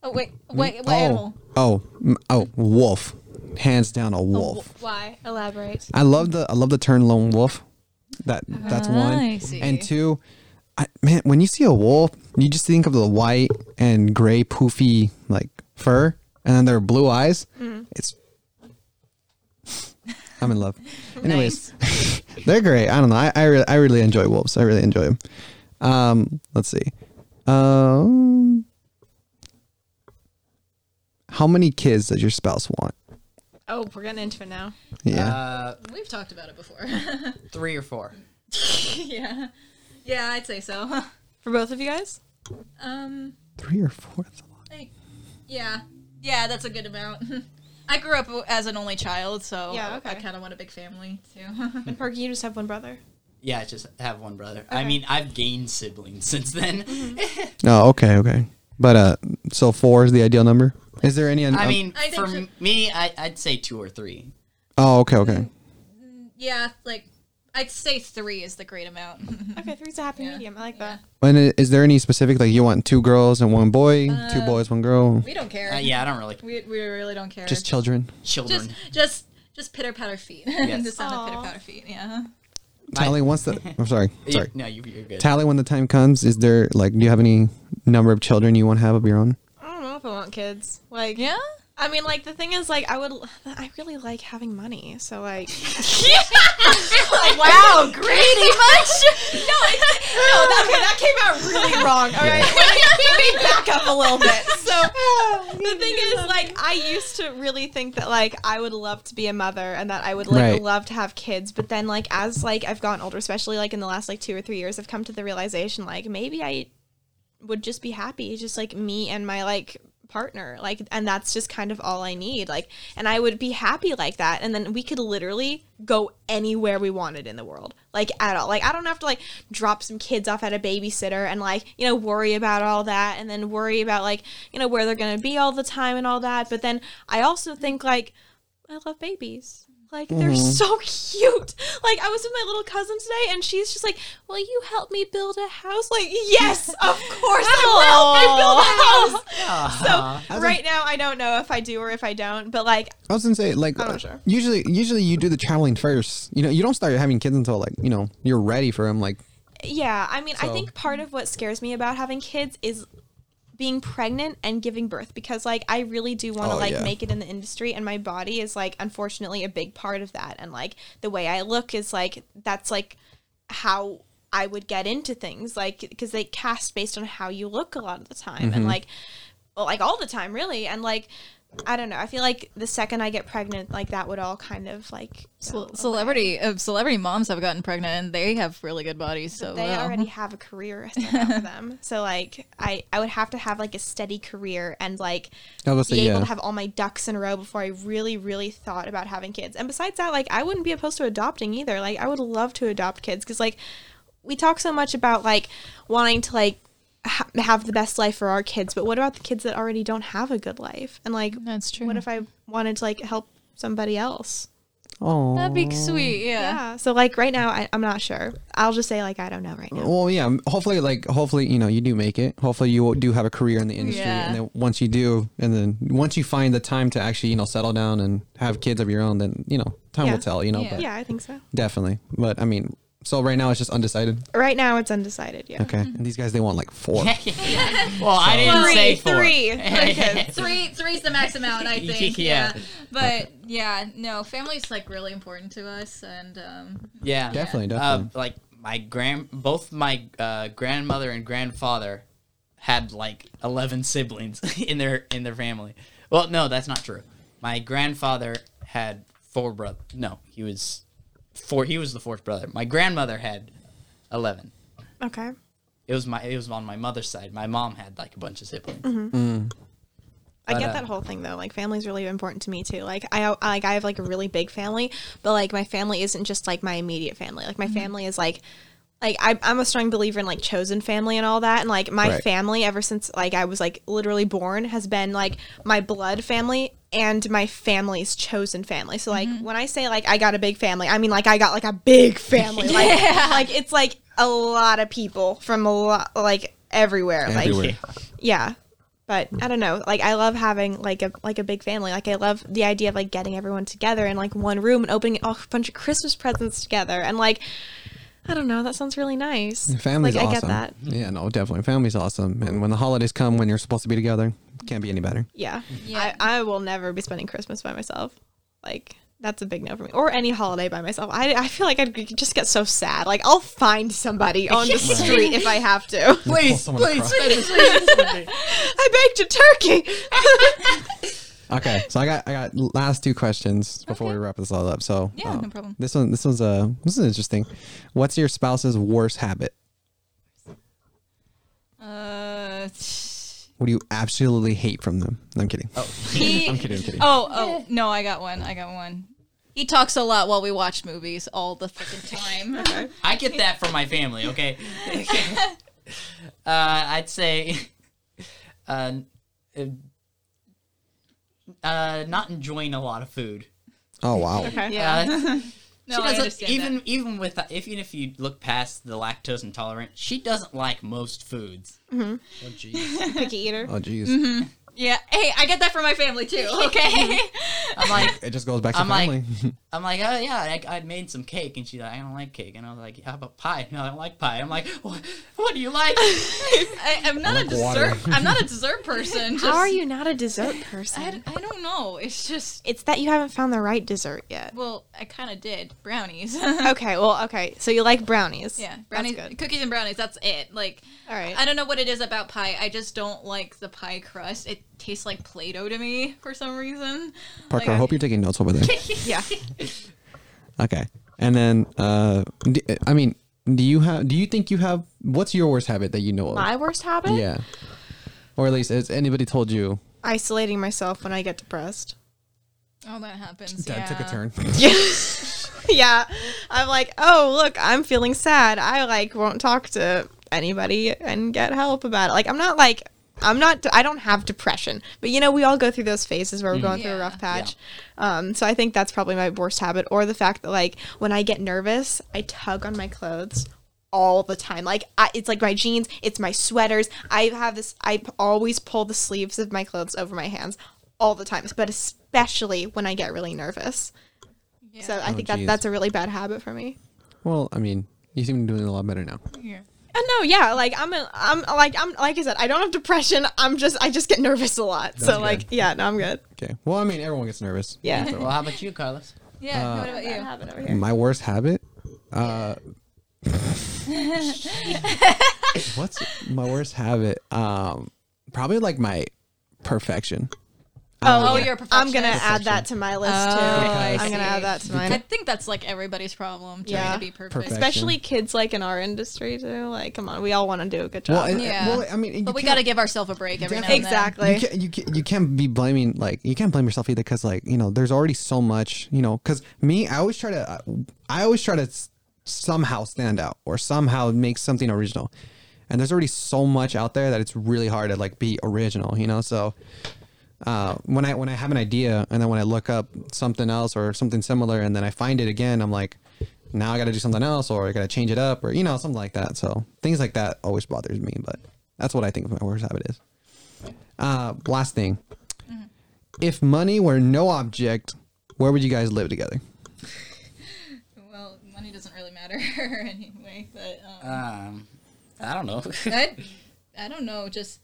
Oh wait, wait, what
oh,
animal?
oh, mm, oh, wolf. Hands down, a wolf.
Why? Elaborate.
I love the I love the turn lone wolf. That that's one.
Ah, I see.
And two, I, man, when you see a wolf, you just think of the white and gray poofy like fur, and then their blue eyes.
Mm-hmm.
It's I'm in love. Anyways, they're great. I don't know. I I, re- I really enjoy wolves. I really enjoy them. Um, let's see. Um, how many kids does your spouse want?
Oh, we're getting into it now.
Yeah.
Uh,
We've talked about it before.
three or four.
yeah, yeah, I'd say so.
For both of you guys?
Um,
three or four. That's a lot.
I, yeah, yeah, that's a good amount. I grew up as an only child, so
Yeah,
I
okay.
kind of want a big family too.
And Parker, you just have one brother.
Yeah, I just have one brother. I mean, I've gained siblings since then.
Oh, okay, okay. But uh, so four is the ideal number. Is there any?
I mean,
I think
for
so.
m me, I, I'd say two or three.
Oh, okay, okay.
yeah, like I'd say three is the great amount.
Okay, three's a happy medium. I like that.
And i- is there any specific like you want two girls and one boy, two boys, one girl,
We don't care.
Uh, yeah, I don't really
We, we really don't care.
just children?
children.
just just just pitter patter feet.
Yes.
the sound of
Aw.
pitter patter feet. Yeah.
Tally, once the I'm sorry,
You-
sorry.
no, you, you're good.
Tally, when the time comes, is there like do you have any number of children you want to have of your own?
I don't know if I want kids. Like
Yeah.
I mean like the thing is like I would I really like having money. So like
wow, greedy much.
No, I, no, that, okay, that came out really wrong. All right, let me, let me back up a little bit. So the thing is, like, I used to really think that like I would love to be a mother and that I would like
Right.
love to have kids, but then like as like I've gotten older, especially like in the last like two or three years, I've come to the realization like maybe I would just be happy just like me and my like partner like and that's just kind of all i need like and i would be happy like that and then we could literally go anywhere we wanted in the world like at all like i don't have to like drop some kids off at a babysitter and like you know worry about all that and then worry about like you know where they're going to be all the time and all that but then i also think like I love babies. Like they're so cute. Like I was with my little cousin today, and she's just like, "Will you help me build a house?" Like, yes, of course I will help you build a house. So right now, I don't know if I do or if I don't, but like,
I was gonna say like
I'm not
uh,
sure.
usually usually you do the traveling first. You know you don't start having kids until like you know you're ready for them. Like
yeah. I mean, I
So-
think part of what scares me about having kids is being pregnant and giving birth because like I really do want to
Oh,
like
yeah.
make it in the industry and my body is like unfortunately a big part of that and like the way I look is like that's like how I would get into things like because they cast based on how you look a lot of the time and
Mm-hmm.
like well, like all the time really and like I don't know. I feel like the second I get pregnant, like that would all kind of like go
Ce- celebrity uh, celebrity moms have gotten pregnant and they have really good bodies. So
they
wow.
already have a career set out for them. So like I, I would have to have like a steady career and like
I would say,
be able
yeah.
to have all my ducks in a row before I really, really thought about having kids. And besides that, like I wouldn't be opposed to adopting either. Like I would love to adopt kids because like we talk so much about like wanting to like ha- have the best life for our kids, but what about the kids that already don't have a good life? And like,
That's true.
what if I wanted to like help somebody else?
Oh.
That'd be sweet. Yeah.
Yeah. So like right now, I, I'm not sure. I'll just say like I don't know right
Oh,
now.
Well, yeah. m- Hopefully, like, hopefully, you know, you do make it. Hopefully, you do have a career in the industry,
Yeah.
and then once you do, and then once you find the time to actually, you know, settle down and have kids of your own, then you know, time
Yeah.
will tell. You know,
Yeah.
but
Yeah, I think so.
definitely. But I mean, so right now it's just undecided.
Right now, it's undecided. Yeah.
Okay, and these guys they want like four.
Well, I didn't say
Three,
four.
three, three kids.
Three three's the max amount, I think.
Yeah.
yeah. But yeah, no, family's like really important to us and um
Yeah,
Definitely,
Uh,
definitely.
like my grand, both my uh, grandmother and grandfather had like eleven siblings in their in their family. Well, no, that's not true. My grandfather had four brothers. No, he was four. He was the fourth brother. My grandmother had eleven.
Okay.
It was my it was on my mother's side. My mom had like a bunch of siblings.
Mm-hmm.
I
But,
get
uh,
that whole thing though. Like family's really important to me too. Like I I- like I have like a really big family, but like my family isn't just like my immediate family. Like my family is like like I, I'm a strong believer in like chosen family and all that, and like my
Right.
family ever since like I was like literally born has been like my blood family and my family's chosen family. So like when I say like I got a big family, I mean like I got like a big family. Like like it's like a lot of people from a lot like everywhere. Like
Everywhere.
yeah but i don't know like i love having like a like a big family like i love the idea of like getting everyone together in like one room and opening a bunch of christmas presents together and like i don't know that sounds really nice
Family's
like
awesome.
i get that
Yeah, no, definitely. Family's awesome, and when the holidays come, when you're supposed to be together, can't be any better.
yeah,
Yeah.
I, I will never be spending christmas by myself like that's a big no for me or any holiday by myself i, I feel like i'd g- just get so sad like i'll find somebody on the street if i have to
Please,
someone to
please,
cry.
finish this.
i baked a turkey
Okay, so I got I got last two questions before we wrap this all up. So um,
Yeah, no problem.
This one this one's uh this is interesting. What's your spouse's worst habit?
uh
What do you absolutely hate from them? No, I'm kidding.
he,
I'm Oh, kidding. I'm kidding.
Oh, oh no, I got one. I got one. He talks a lot while we watch movies all the fucking time.
I get that from my family, okay? uh, I'd say uh, uh, not enjoying a lot of food.
Oh wow.
okay
Uh,
Yeah. no,
she
I
doesn't-
understand
even
that.
even with if even if you look past the lactose intolerant, she doesn't like most foods.
Mm-hmm.
Oh jeez.
picky eater
Oh jeez.
Yeah. Hey, I get that from my family too. Okay.
I'm like
It just goes back to
I'm like-
family.
I'm like oh yeah I, I made some cake and she's like I don't like cake and I was like how about pie no I don't like pie I'm like what, what do you like
I, I'm not
like
a
water.
dessert. I'm not a dessert person. Just,
how are you not a dessert person
I, I don't know. It's just
It's that you haven't found the right dessert yet.
well, I kind of did brownies.
Okay, well, okay. So you like brownies?
yeah, brownies,
That's good.
cookies and brownies. That's it. Like,
All right.
I don't know what it is about pie. I just don't like the pie crust. It tastes like Play-Doh to me for some reason.
Parker,
like-
I hope you're taking notes over there.
yeah.
Okay. And then uh d- I mean, do you have do you think you have what's your worst habit that you know of?
My worst habit?
yeah. Or at least has anybody told you
Isolating myself when I get depressed.
Oh, that happens. yeah.
Yeah. yeah. I'm like, oh, look, I'm feeling sad. I like won't talk to anybody and get help about it. Like, I'm not like, I'm not, I don't have depression, but you know, we all go through those phases where we're going through a
Yeah.
rough patch. Um, so I think that's probably my worst habit, or the fact that like when I get nervous, I tug on my clothes all the time. Like I, it's like my jeans, it's my sweaters. I have this. I p- always pull the sleeves of my clothes over my hands all the time, but especially when I get really nervous.
Yeah.
So I
Oh,
think that
geez.
that's a really bad habit for me.
Well, I mean, you seem to be doing a lot better now.
Yeah.
Uh, no, yeah, like I'm, a, I'm like I'm like I said, I don't have depression. I'm just I just get nervous a lot. so
good.
like yeah, no, I'm good.
Okay. Well, I mean, everyone gets nervous. uh,
Yeah.
well how about you Carlos
Uh, Yeah. what about you?
Habit over here.
My worst habit? Uh What's my worst habit? Um, probably like my perfection.
Oh,
yeah.
you're a
I'm gonna
perfectionist.
add that to my list
Oh,
too.
I
I'm gonna
see.
add that to
I
mine.
think that's like everybody's problem. Trying
Yeah.
to be perfect.
Perfect.
Especially kids like in our industry too. Like, come on, we all want to do a good job.
Well, it-
Um, Yeah.
well, I mean, you
But we
can't-
got to give ourselves a break every now and then.
exactly.
You can't, you can't you can't be blaming like you can't blame yourself either because like you know there's already so much you know because me I always try to I always try to s- somehow stand out or somehow make something original, and there's already so much out there that it's really hard to like be original you know so. Uh, when I when I have an idea and then when I look up something else or something similar and then I find it again, I'm like, now I got to do something else or I got to change it up or you know something like that. So things like that always bothers me, but that's what I think my worst habit is. Uh, last thing. If money were no object, where would you guys live together?
Well, money doesn't really matter anyway. But um,
Um, I don't know.
I, I don't know. Just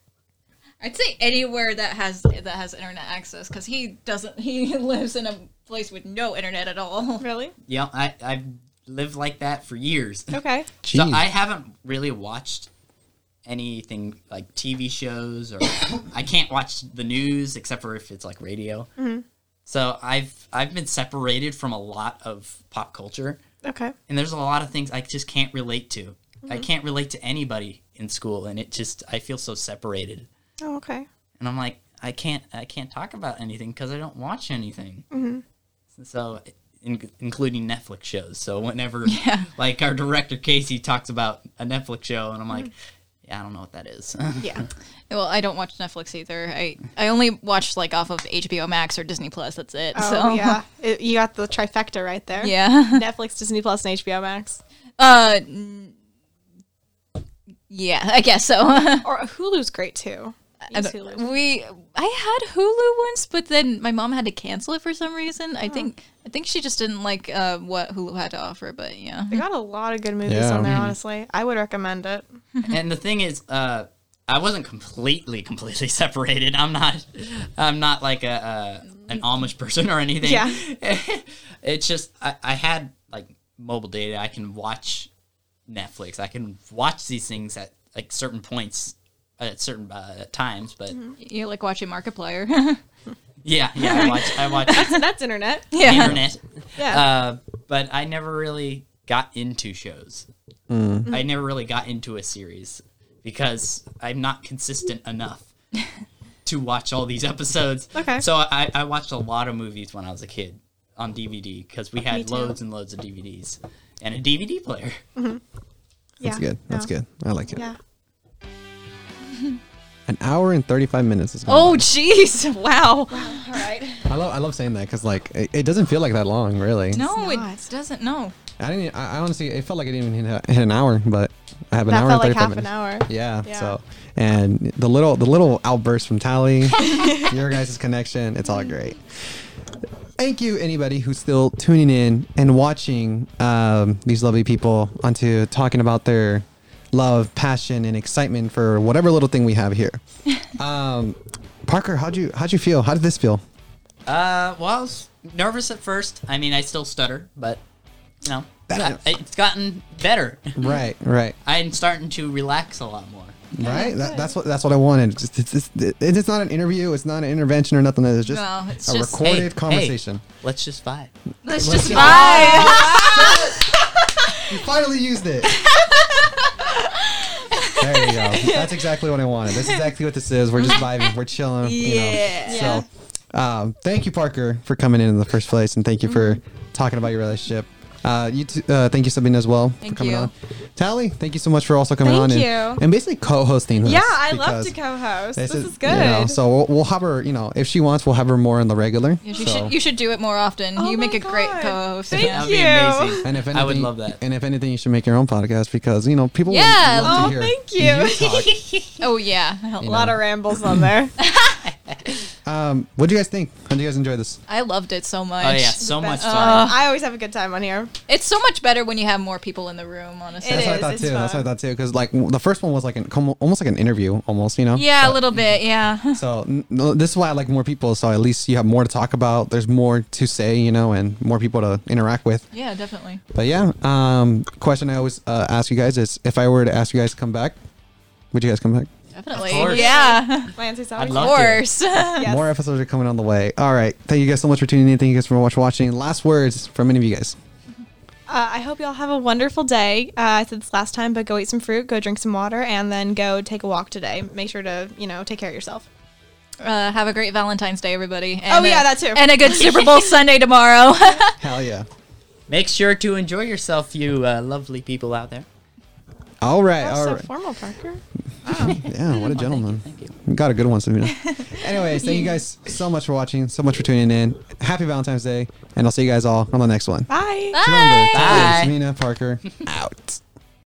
I'd say anywhere that has that has internet access because he doesn't. He lives in a place with no internet at all.
really?
yeah, I I've lived like that for years.
Okay.
So
Jeez.
I haven't really watched anything like TV shows or I can't watch the news except for if it's like radio. So I've I've been separated from a lot of pop culture
Okay.
and there's a lot of things I just can't relate to. I can't relate to anybody in school and it just I feel so separated.
Oh, okay.
And I'm like I can't I can't talk about anything cuz I don't watch anything. So in, including Netflix shows. So whenever like our director Casey talks about a Netflix show and I'm like yeah, I don't know what that is.
Yeah.
Well, I don't watch Netflix either. I I only watch like off of HBO Max or Disney Plus. That's it.
Oh
so
yeah, It- you got the trifecta right there.
yeah.
Netflix, Disney Plus, and HBO Max,
Uh, n- yeah. I guess so.
or Hulu's great too.
I
Use
don't-
Hulu.
we I had Hulu once, but then my mom had to cancel it for some reason. I think I think she just didn't like uh, what Hulu had to offer. But yeah,
They got a lot of good movies
Yeah.
on there. Honestly, I would recommend it.
and the thing is, uh, I wasn't completely, completely separated. I'm not, I'm not like a, uh an Amish person or anything.
Yeah.
it's just I, I had like mobile data. I can watch Netflix. I can watch these things at like certain points, at certain uh, times. But
you like watching Markiplier.
yeah, yeah, I watch, I watch
That's, that's internet.
yeah,
internet.
Yeah.
Uh, but I never really got into shows.
Mm.
I never really got into a series because I'm not consistent enough to watch all these episodes.
Okay.
So I, I watched a lot of movies when I was a kid on DVD because we had
too.
loads and loads of DVDs and a DVD player.
yeah.
That's good. That's
No.
good. I like it.
Yeah.
An hour and thirty five minutes is.
Oh jeez, wow.
All right.
I love I love saying that because like it, it doesn't feel like that long really.
No,
not.
it doesn't. No,
I didn't. I, I honestly it felt like it didn't even hit, hit an hour, but I have an
That
hour
felt like
and thirty five
half an
minutes.
hour.
Yeah,
Yeah.
So and the little the little outburst from Tally, your guys' connection, it's all great. Thank you, anybody who's still tuning in and watching um, these lovely people onto talking about their love, passion, and excitement for whatever little thing we have here. Um, Parker, how'd you how'd you feel? How did this feel?
Uh, well, I was nervous at first. I mean, I still stutter, but you know,
That-
it's gotten better.
Right, right,
I'm starting to relax a lot more.
right. That, that's what that's what I wanted. Just- It's, it's, it's, not an interview. It's not an intervention or nothing. It's just
No, it's
a
just- Hey,
recorded
hey,
conversation.
Let's just vibe.
let's just
go.
buy.
You finally used it. there you go. That's exactly what I wanted. That's exactly what this is. We're just vibing. We're chilling. You
Yeah.
know. So, um, thank you, Parker, for coming in in the first place, and thank you for
Mm-hmm.
talking about your relationship. Uh, you t- uh, thank you, Sabine, as well for
Thank
coming
you.
on. Tally, thank you so much for also coming
Thank
on
you.
and, and basically co-hosting. This
Yeah, I love
because
to co-host.
this
This is good.
you know, so we'll, we'll have her. You know, if she wants, we'll have her more on the regular.
You
so.
should you should do it more often.
Oh
you make
my
a great
God.
co-host.
Thank
yeah.
That would be
you.
amazing.
And if anything,
I would love that.
And if anything, you should make your own podcast because you know people. would
Yeah.
love to
Oh,
hear
thank you.
talk.
Oh yeah,
A lot of rambles on there.
Uh, Um, what do you guys think? How do you guys enjoy this?
I loved it so much.
Oh yeah, so much
best.
Oh.
fun.
I always have a good time on here.
It's so much better when you have more people in the room, honestly.
It
That's what I
is,
thought
it's
too. That's what I
fun.
thought too. Because like w- the first one was like an como- almost like an interview, almost you know.
Yeah, a
But-
little bit, yeah.
So n- no, this is why I like more people. So at least you have more to talk about. There's more to say, you know, and more people to interact with.
Yeah, definitely.
But yeah, um, question I always uh, ask you guys is if I were to ask you guys to come back, would you guys come back?
Definitely.
course.
Yeah.
My answer's
I'd
always
Of
love to.
course.
Yes.
More episodes are coming on the way. All right. Thank you guys so much for tuning in. Thank you guys for much watching. Last words from any of you guys.
Uh, I hope y'all have a wonderful day. Uh, I said this last time, but go eat some fruit, go drink some water, and then go take a walk today. Make sure to, you know, take care of yourself.
Uh, have a great Valentine's Day, everybody.
Oh, yeah,
a-
that too.
And a good Super Bowl Sunday tomorrow.
Hell yeah.
Make sure to enjoy yourself, you uh, lovely people out there.
All right.
That's
All
so
right.
formal, Parker.
Yeah, what a gentleman.
Thank you.
Got a good one, Sabina. Anyways, thank you guys so much for watching, so much for tuning in. Happy Valentine's Day, and I'll see you guys all on the next one.
Bye.
Remember, Tyler,
Bye.
Sabina Parker out.